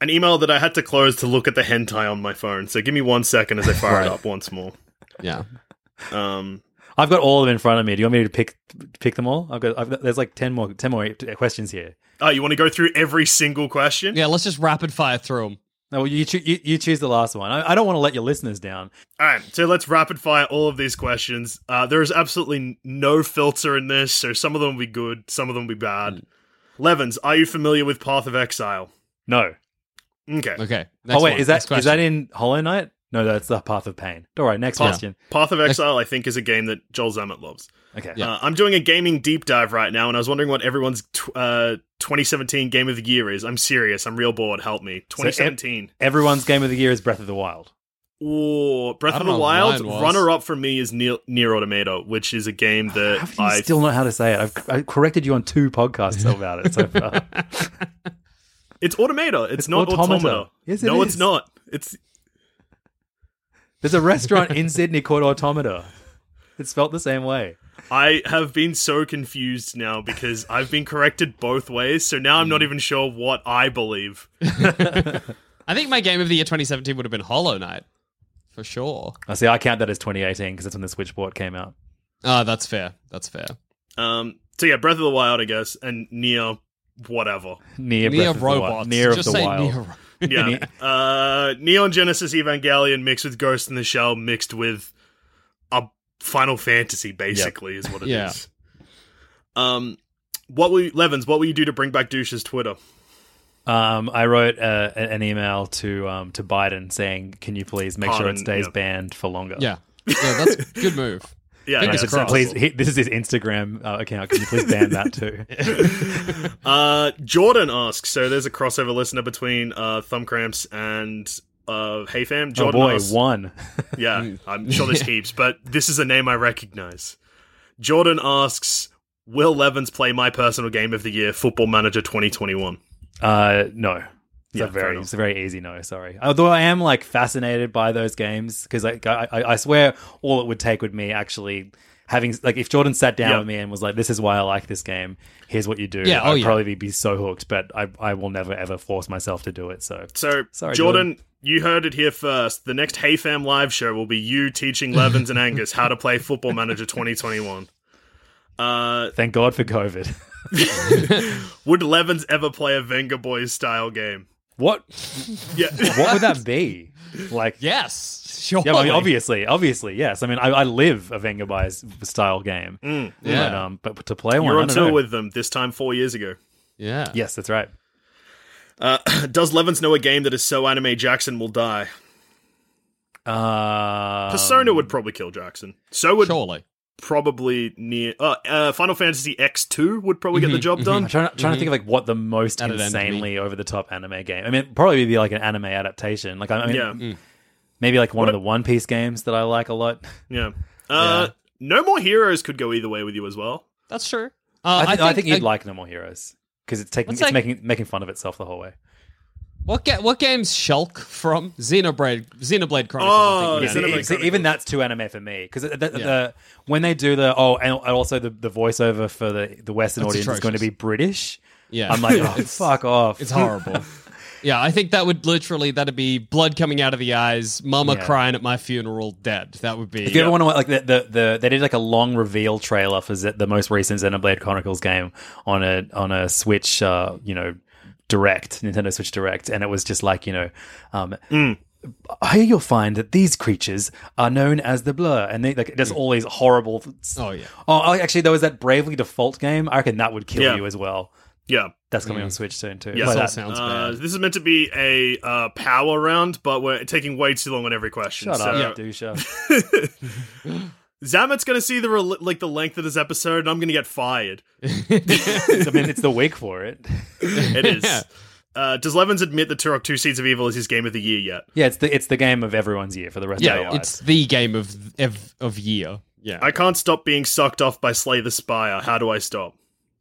Speaker 3: an email that I had to close to look at the hentai on my phone. So give me one second as I fire it
Speaker 5: Right.
Speaker 3: up once more.
Speaker 5: yeah,
Speaker 3: Um,
Speaker 4: I've got all of them in front of me. Do you want me to pick pick them all? I've got I've, there's like 10 more 10 more questions here.
Speaker 3: oh, you want to go through every single question?
Speaker 5: yeah. Let's just rapid fire through them.
Speaker 4: No, well, you, choo- you you choose the last one. I, I don't want to let your listeners down.
Speaker 3: All right, so let's rapid fire all of these questions. Uh, there is absolutely n- no filter in this, so some of them will be good, some of them will be
Speaker 5: Mm.
Speaker 3: bad. Levens, are you familiar with Path of Exile?
Speaker 4: No.
Speaker 3: Okay.
Speaker 5: Okay.
Speaker 4: oh wait, is that
Speaker 5: that
Speaker 4: is that in Hollow Knight? No, that's the Path of Pain. All right, next
Speaker 5: Yeah.
Speaker 4: question.
Speaker 3: Path of Exile, I think, is a game that Joel Zammett loves.
Speaker 4: Okay.
Speaker 5: Yeah.
Speaker 3: Uh, I'm doing a gaming deep dive right now, and I was wondering what everyone's tw- uh, 2017 game of the year is. I'm serious. I'm real bored. Help me. 2017.
Speaker 4: Everyone's game of the year is Breath of the Wild.
Speaker 3: Ooh, Breath
Speaker 5: I
Speaker 3: of
Speaker 5: don't
Speaker 3: the
Speaker 5: know what
Speaker 3: Wild.
Speaker 5: mine was.
Speaker 3: Runner up for me is Near, Near Automata, which is a game that
Speaker 4: How do you
Speaker 3: I
Speaker 4: still know how to say it? I've, I corrected you on two podcasts about it so far.
Speaker 3: It's Automata. It's,
Speaker 4: It's
Speaker 3: not
Speaker 4: Automata.
Speaker 3: Automata.
Speaker 4: Yes, it
Speaker 3: no,
Speaker 4: is.
Speaker 3: it's not. It's
Speaker 4: There's a restaurant in Sydney called Automata. It's spelt the same way.
Speaker 3: I have been so confused now because I've been corrected both ways, so now I'm not even sure what I believe.
Speaker 5: I think my game of the year 2017 would have been Hollow Knight for sure.
Speaker 4: I see. I count that as 2018 because that's when the Switch port came out.
Speaker 5: Ah, that's fair. That's fair.
Speaker 3: Um, so yeah, Breath of the Wild, I guess, and Near whatever.
Speaker 4: Near,
Speaker 5: Near
Speaker 4: Breath of the Wild-
Speaker 5: robots.
Speaker 4: Near
Speaker 5: Just
Speaker 4: of the
Speaker 5: say
Speaker 4: Wild.
Speaker 5: Near ro-
Speaker 3: Yeah. uh, Neon Genesis Evangelion mixed with Ghost in the Shell mixed with a Final Fantasy, basically, is what it is.
Speaker 5: Yeah.
Speaker 3: Um, what will you, Levins? What will you do to bring back Douche's Twitter?
Speaker 4: Um, I wrote uh, a- an email to um, to Biden saying, "Can you please make sure
Speaker 3: Pardon,
Speaker 4: it stays
Speaker 3: yeah.
Speaker 4: banned for longer?"
Speaker 5: Yeah. Yeah, that's a good move.
Speaker 3: Yeah,
Speaker 5: Fingers
Speaker 3: yeah,
Speaker 4: So
Speaker 5: crossed.
Speaker 4: please, he, this is his Instagram uh, account. Can you please ban that too?
Speaker 3: Uh, Jordan asks. So there's a crossover listener between uh, Thumb Cramps and uh, Hey Fam.
Speaker 4: oh
Speaker 3: Jordan
Speaker 4: boy,
Speaker 3: asks-
Speaker 4: one.
Speaker 3: Yeah, I'm sure there's heaps, but this is a name I recognize. Jordan asks, "Will Levins play my personal game of the year, Football Manager 2021?"
Speaker 4: Uh, no. It's
Speaker 3: Yeah,
Speaker 4: a
Speaker 3: fair
Speaker 4: very,
Speaker 3: enough.
Speaker 4: it's a very easy no. Sorry. Although I am like fascinated by those games because like, I, I, I swear all it would take would me actually having like if Jordan sat down
Speaker 3: Yeah.
Speaker 4: with me and was like, "This is why I like this game. Here's what you do."
Speaker 5: Yeah, oh,
Speaker 4: I'd
Speaker 5: yeah.
Speaker 4: probably be, be so hooked, but I, I will never ever force myself to do it. So
Speaker 3: So,
Speaker 4: Sorry,
Speaker 3: Jordan, you heard it here first. The next Hey Fam live show will be you teaching Levins and Angus how to play Football Manager 2021. Uh,
Speaker 4: thank God for COVID.
Speaker 3: would Levins ever play a Venga Boys style game?
Speaker 4: What
Speaker 3: Yeah.
Speaker 4: what would that be? Like
Speaker 5: Yes, sure.
Speaker 4: Yeah, I mean, obviously, obviously, yes. I mean, I, I live a Venga Buys style game.
Speaker 5: Yeah.
Speaker 4: But, um, but to play
Speaker 3: you
Speaker 4: one,
Speaker 3: were
Speaker 4: I
Speaker 3: on
Speaker 4: don't
Speaker 3: tour
Speaker 4: know.
Speaker 3: with them this time four years ago.
Speaker 5: yeah.
Speaker 4: yes, that's right.
Speaker 3: Uh, does Levens know a game that is so anime Jackson will die?
Speaker 4: Uh,
Speaker 3: Persona would probably kill Jackson. So would
Speaker 5: Surely.
Speaker 3: probably near uh, uh, Final Fantasy X2 would probably get the job
Speaker 4: I'm
Speaker 3: done.
Speaker 4: trying,
Speaker 5: Mm-hmm.
Speaker 4: trying to think of like what the most
Speaker 5: That'd end to me.
Speaker 4: insanely over the top anime game. I mean, it'd probably be like an anime adaptation. Like I I mean, mm.
Speaker 3: Yeah.
Speaker 4: maybe like one of the One Piece games that I like a lot.
Speaker 3: Yeah.
Speaker 5: Yeah.
Speaker 3: Uh, No More Heroes could go either way with you as well.
Speaker 5: That's true.
Speaker 4: I, think, I think you'd
Speaker 5: uh,
Speaker 4: like No More Heroes because it's taking
Speaker 5: Let's
Speaker 4: it's
Speaker 5: say-
Speaker 4: making making fun of itself the whole way.
Speaker 5: What ga- what game's Shulk from? Xenoblade Xenoblade Chronicles.
Speaker 3: Oh,
Speaker 5: I think
Speaker 3: Xenoblade
Speaker 5: we
Speaker 4: Yeah,
Speaker 5: know.
Speaker 3: Xenoblade.
Speaker 4: e- see, even that's too anime for me because the, the,
Speaker 5: Yeah.
Speaker 4: the- when they do the oh and and also the, the voiceover for the, the Western
Speaker 5: That's
Speaker 4: audience is going to be
Speaker 5: atrocious.
Speaker 4: British.
Speaker 5: Yeah.
Speaker 4: I'm like, oh,
Speaker 5: It's-
Speaker 4: fuck off.
Speaker 5: It's horrible. yeah, I think that would literally that'd be blood coming out of the eyes, mama
Speaker 4: Yeah.
Speaker 5: crying at my funeral, dead. That would be
Speaker 4: If you ever want to like the, the the they did like a long reveal trailer for Z- the most recent Xenoblade Chronicles game on a on a Switch, uh, you know, Direct Nintendo Switch Direct, and it was just like you know, um, here you'll find that these creatures are known as the Blur, and they like there's all these horrible.
Speaker 5: Oh, yeah.
Speaker 4: Oh, I- actually, there was that Bravely Default game. I reckon that would kill
Speaker 3: Yeah.
Speaker 4: you as well.
Speaker 3: Yeah.
Speaker 4: That's coming on Switch soon too.
Speaker 3: Yeah,
Speaker 4: Like
Speaker 5: This all
Speaker 4: that-
Speaker 5: sounds
Speaker 3: Uh,
Speaker 5: bad.
Speaker 3: this is meant to be a uh, power round, but we're taking way too long on every question.
Speaker 4: Shut
Speaker 3: so.
Speaker 4: up, douche.
Speaker 3: Zamet's gonna see the rel like the length of this episode, and I'm gonna get fired.
Speaker 4: I mean, it's the week for it.
Speaker 3: It is.
Speaker 5: Yeah.
Speaker 3: uh, does Levens admit that Turok Two Seeds of Evil is his game of the year yet?
Speaker 4: Yeah, it's the it's the game of everyone's year for the rest of their
Speaker 5: Yeah,
Speaker 4: lives.
Speaker 5: it's the game of of, of year. Yeah.
Speaker 3: I can't stop being sucked off by Slay the Spire. How do I stop?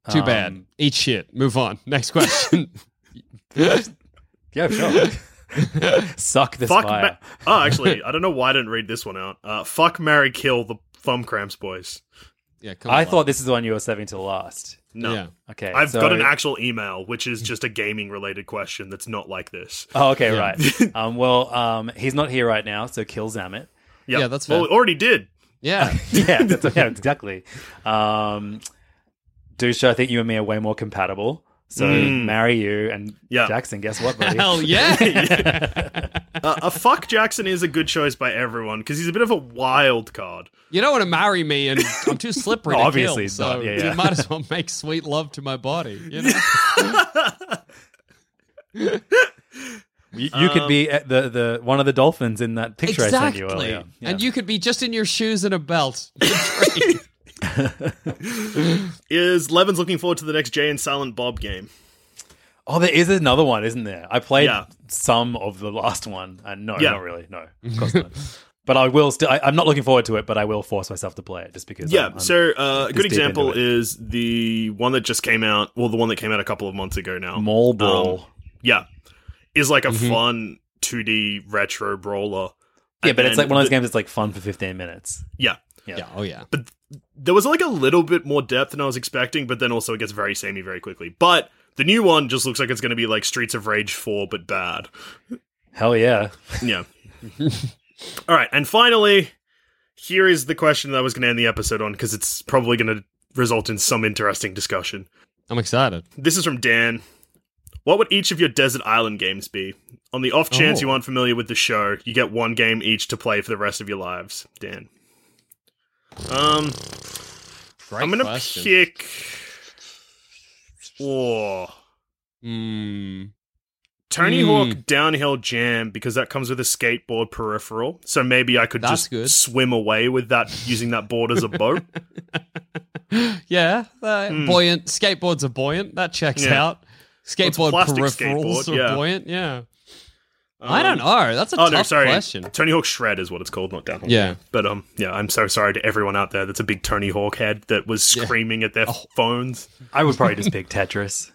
Speaker 5: Too bad. Eat shit. Move on. Next question.
Speaker 4: Yeah, sure. Suck this
Speaker 3: Fuck.
Speaker 4: fire.
Speaker 3: ma- oh, actually, I don't know why I didn't read this one out. Uh, fuck, Mary, kill the thumb cramps, boys.
Speaker 5: yeah, come
Speaker 4: I
Speaker 5: on.
Speaker 4: thought this is the one you were saving to last.
Speaker 3: No.
Speaker 5: Yeah.
Speaker 4: Okay,
Speaker 3: I've
Speaker 4: so-
Speaker 3: got an actual email, which is just a gaming related question that's not like this.
Speaker 4: Oh, okay, right. Um, well, um, he's not here right now, so kill Zamet.
Speaker 3: Yep.
Speaker 5: Yeah, that's
Speaker 3: well,
Speaker 5: fair.
Speaker 3: we already did.
Speaker 5: Yeah.
Speaker 4: yeah, that's, yeah, exactly. Um, Dusha, I think you and me are way more compatible. So marry you and
Speaker 3: Hmm. Yeah.
Speaker 4: Jackson. Guess what, buddy?
Speaker 5: Hell yeah.
Speaker 3: Uh, a fuck Jackson is a good choice by everyone because he's a bit of a wild card.
Speaker 5: you don't want to marry me, and I'm too slippery. to
Speaker 4: Obviously
Speaker 5: kill, so
Speaker 4: not. Yeah, yeah.
Speaker 5: you might as well make sweet love to my body. You know?
Speaker 4: You, you could be at the, the one of the dolphins in that picture I sent you earlier. Yeah.
Speaker 5: And you could be just in your shoes and a belt.
Speaker 3: Is Levin's looking forward to the next Jay and Silent Bob game?
Speaker 4: oh, there is another one, isn't there? I played
Speaker 3: Yeah.
Speaker 4: some of the last one, and no,
Speaker 3: Yeah.
Speaker 4: not really. No, of course not. But I will still. I, I'm not looking forward to it, but I will force myself to play it just because.
Speaker 3: Yeah,
Speaker 4: I'm- I'm-
Speaker 3: so uh, a good
Speaker 4: deep
Speaker 3: example
Speaker 4: into it.
Speaker 3: is the one that just came out, well, the one that came out a couple of months ago now.
Speaker 4: Mall Brawl.
Speaker 3: Um, yeah, is like a
Speaker 4: Mm-hmm.
Speaker 3: fun 2D retro brawler.
Speaker 4: yeah,
Speaker 3: And
Speaker 4: but it's
Speaker 3: then
Speaker 4: like one of those
Speaker 3: the-
Speaker 4: games that's like fun for 15 minutes.
Speaker 3: Yeah,
Speaker 5: yeah. Oh yeah.
Speaker 3: there was like a little bit more depth than I was expecting, but then also it gets very samey very quickly. But the new one just looks like it's going to be like Streets of Rage 4, but bad.
Speaker 4: Hell yeah.
Speaker 3: Yeah. All right. And finally, here is the question that I was going to end the episode on because it's probably going to result in some interesting discussion.
Speaker 5: I'm excited.
Speaker 3: This is from Dan. What would each of your desert island games be? On the off chance
Speaker 5: Oh.
Speaker 3: you aren't familiar with the show, you get one game each to play for the rest of your lives, Dan. Um,
Speaker 5: Great
Speaker 3: I'm gonna
Speaker 5: question.
Speaker 3: pick. Oh,
Speaker 5: Mm.
Speaker 3: Tony
Speaker 5: Hmm.
Speaker 3: Hawk downhill jam because that comes with a skateboard peripheral. So maybe I could
Speaker 5: That's
Speaker 3: just
Speaker 5: good.
Speaker 3: swim away with that using that board as a boat. Oh,
Speaker 5: Yeah, uh, buoyant skateboards are buoyant. That checks
Speaker 3: Hmm. Yeah.
Speaker 5: out. Skateboard
Speaker 3: plastic
Speaker 5: peripherals
Speaker 3: skateboard,
Speaker 5: are
Speaker 3: yeah.
Speaker 5: buoyant. Yeah. I don't know. That's a
Speaker 3: oh
Speaker 5: tough
Speaker 3: no, sorry.
Speaker 5: question.
Speaker 3: Tony Hawk Shred is what it's called, not downhill.
Speaker 5: Yeah.
Speaker 3: But um, yeah, I'm so sorry to everyone out there that's a big Tony Hawk head that was screaming at their
Speaker 5: Oh.
Speaker 3: phones.
Speaker 4: I would probably just pick Tetris.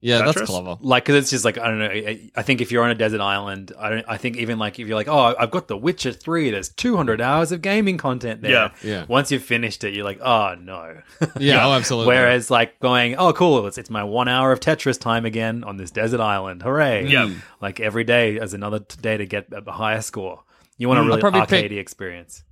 Speaker 5: Yeah,
Speaker 3: Tetris?
Speaker 5: that's clever.
Speaker 4: Like, cause it's just like, I don't know. I, I think if you're on a desert island, I don't, I think even like if you're like, oh, I've got The Witcher 3, there's 200 hours of gaming content there.
Speaker 3: Yeah.
Speaker 5: Yeah.
Speaker 4: Once you've finished it, you're like, oh, no.
Speaker 5: Yeah, oh, absolutely.
Speaker 4: Whereas like going, oh, cool, it's, it's my one hour of Tetris time again on this desert island. Hooray.
Speaker 3: Yeah.
Speaker 5: Mm.
Speaker 4: Like every day is another t- day to get a a higher score. You want a really
Speaker 5: Mm. probably
Speaker 4: arcadey
Speaker 5: pick-
Speaker 4: experience.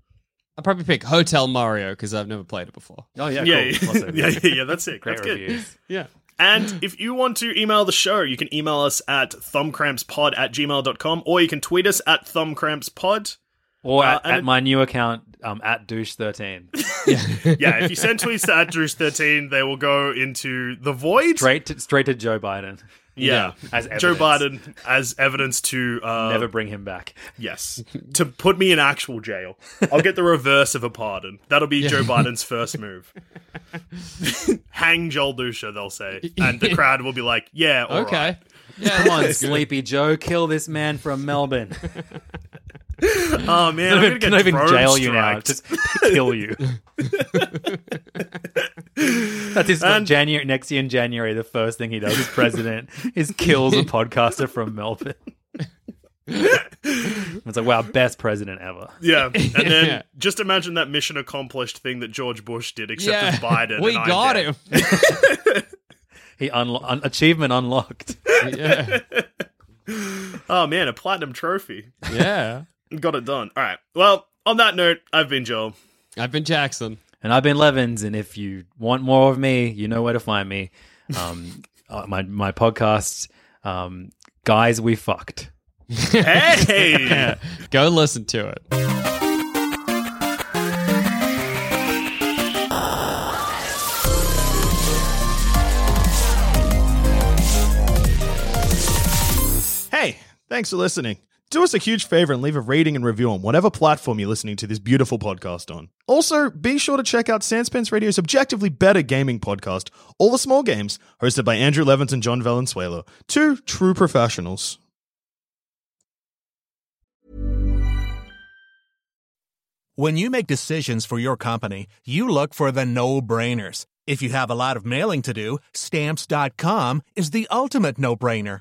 Speaker 5: I'd probably pick Hotel Mario because I've never played it before.
Speaker 4: Oh yeah,
Speaker 3: Yeah,
Speaker 4: cool.
Speaker 3: yeah, yeah, yeah, That's it.
Speaker 4: Great
Speaker 3: that's good.
Speaker 4: reviews.
Speaker 5: Yeah.
Speaker 3: And if you want to email the show, you can email us at thumbcrampspod at gmail.com or you can tweet us at thumbcrampspod.
Speaker 4: Or
Speaker 3: Uh,
Speaker 4: at,
Speaker 3: and
Speaker 4: at
Speaker 3: it-
Speaker 4: my new account, um, at douche13.
Speaker 3: Yeah, if you send tweets to at Drews13, they will go into the void.
Speaker 4: Straight to, straight to Joe Biden.
Speaker 3: Yeah.
Speaker 4: As
Speaker 3: Joe
Speaker 4: evidence.
Speaker 3: Biden as evidence to uh,
Speaker 4: Never bring him back.
Speaker 3: Yes. To put me in actual jail. I'll get the reverse of a pardon. That'll be Joe Biden's first move. Hang Joel Dusha, they'll say. And the crowd will be like, yeah, all right.
Speaker 5: okay. Yeah,
Speaker 4: Come on, Sleepy Joe, kill this man from Melbourne.
Speaker 3: Oh, man.
Speaker 4: Not
Speaker 3: I'm going
Speaker 4: even,
Speaker 3: to get
Speaker 4: not even
Speaker 3: drone
Speaker 4: jail you now.
Speaker 3: striked.
Speaker 4: Just kill you. That's his January next year in January. The first thing he does as president is kills a podcaster from Melbourne. it's like wow, best president ever.
Speaker 3: Yeah, and then
Speaker 5: Yeah.
Speaker 3: just imagine that mission accomplished thing that George Bush did, except
Speaker 5: yeah.
Speaker 3: with Biden.
Speaker 5: we
Speaker 3: and I'm
Speaker 5: got
Speaker 3: dead.
Speaker 5: him.
Speaker 4: He unlo- un- achievement unlocked.
Speaker 5: yeah,
Speaker 3: Oh man, a platinum trophy.
Speaker 5: yeah.
Speaker 3: Got it done. All right. Well, on that note, I've been Joel.
Speaker 5: I've been Jackson.
Speaker 4: And I've been Levins, and if you want more of me, you know where to find me. Um, uh, my my podcast, um, guys, we fucked.
Speaker 3: Hey.
Speaker 5: Go listen to it.
Speaker 9: Hey, thanks for listening. Do us a huge favor and leave a rating and review on whatever platform you're listening to this beautiful podcast on. Also, be sure to check out Sanspence Radio's objectively better gaming podcast, All the Small Games, hosted by Andrew Levins and John Valenzuela, two true professionals.
Speaker 8: When you make decisions for your company, you look for the no brainers. If you have a lot of mailing to do, stamps.com is the ultimate no brainer.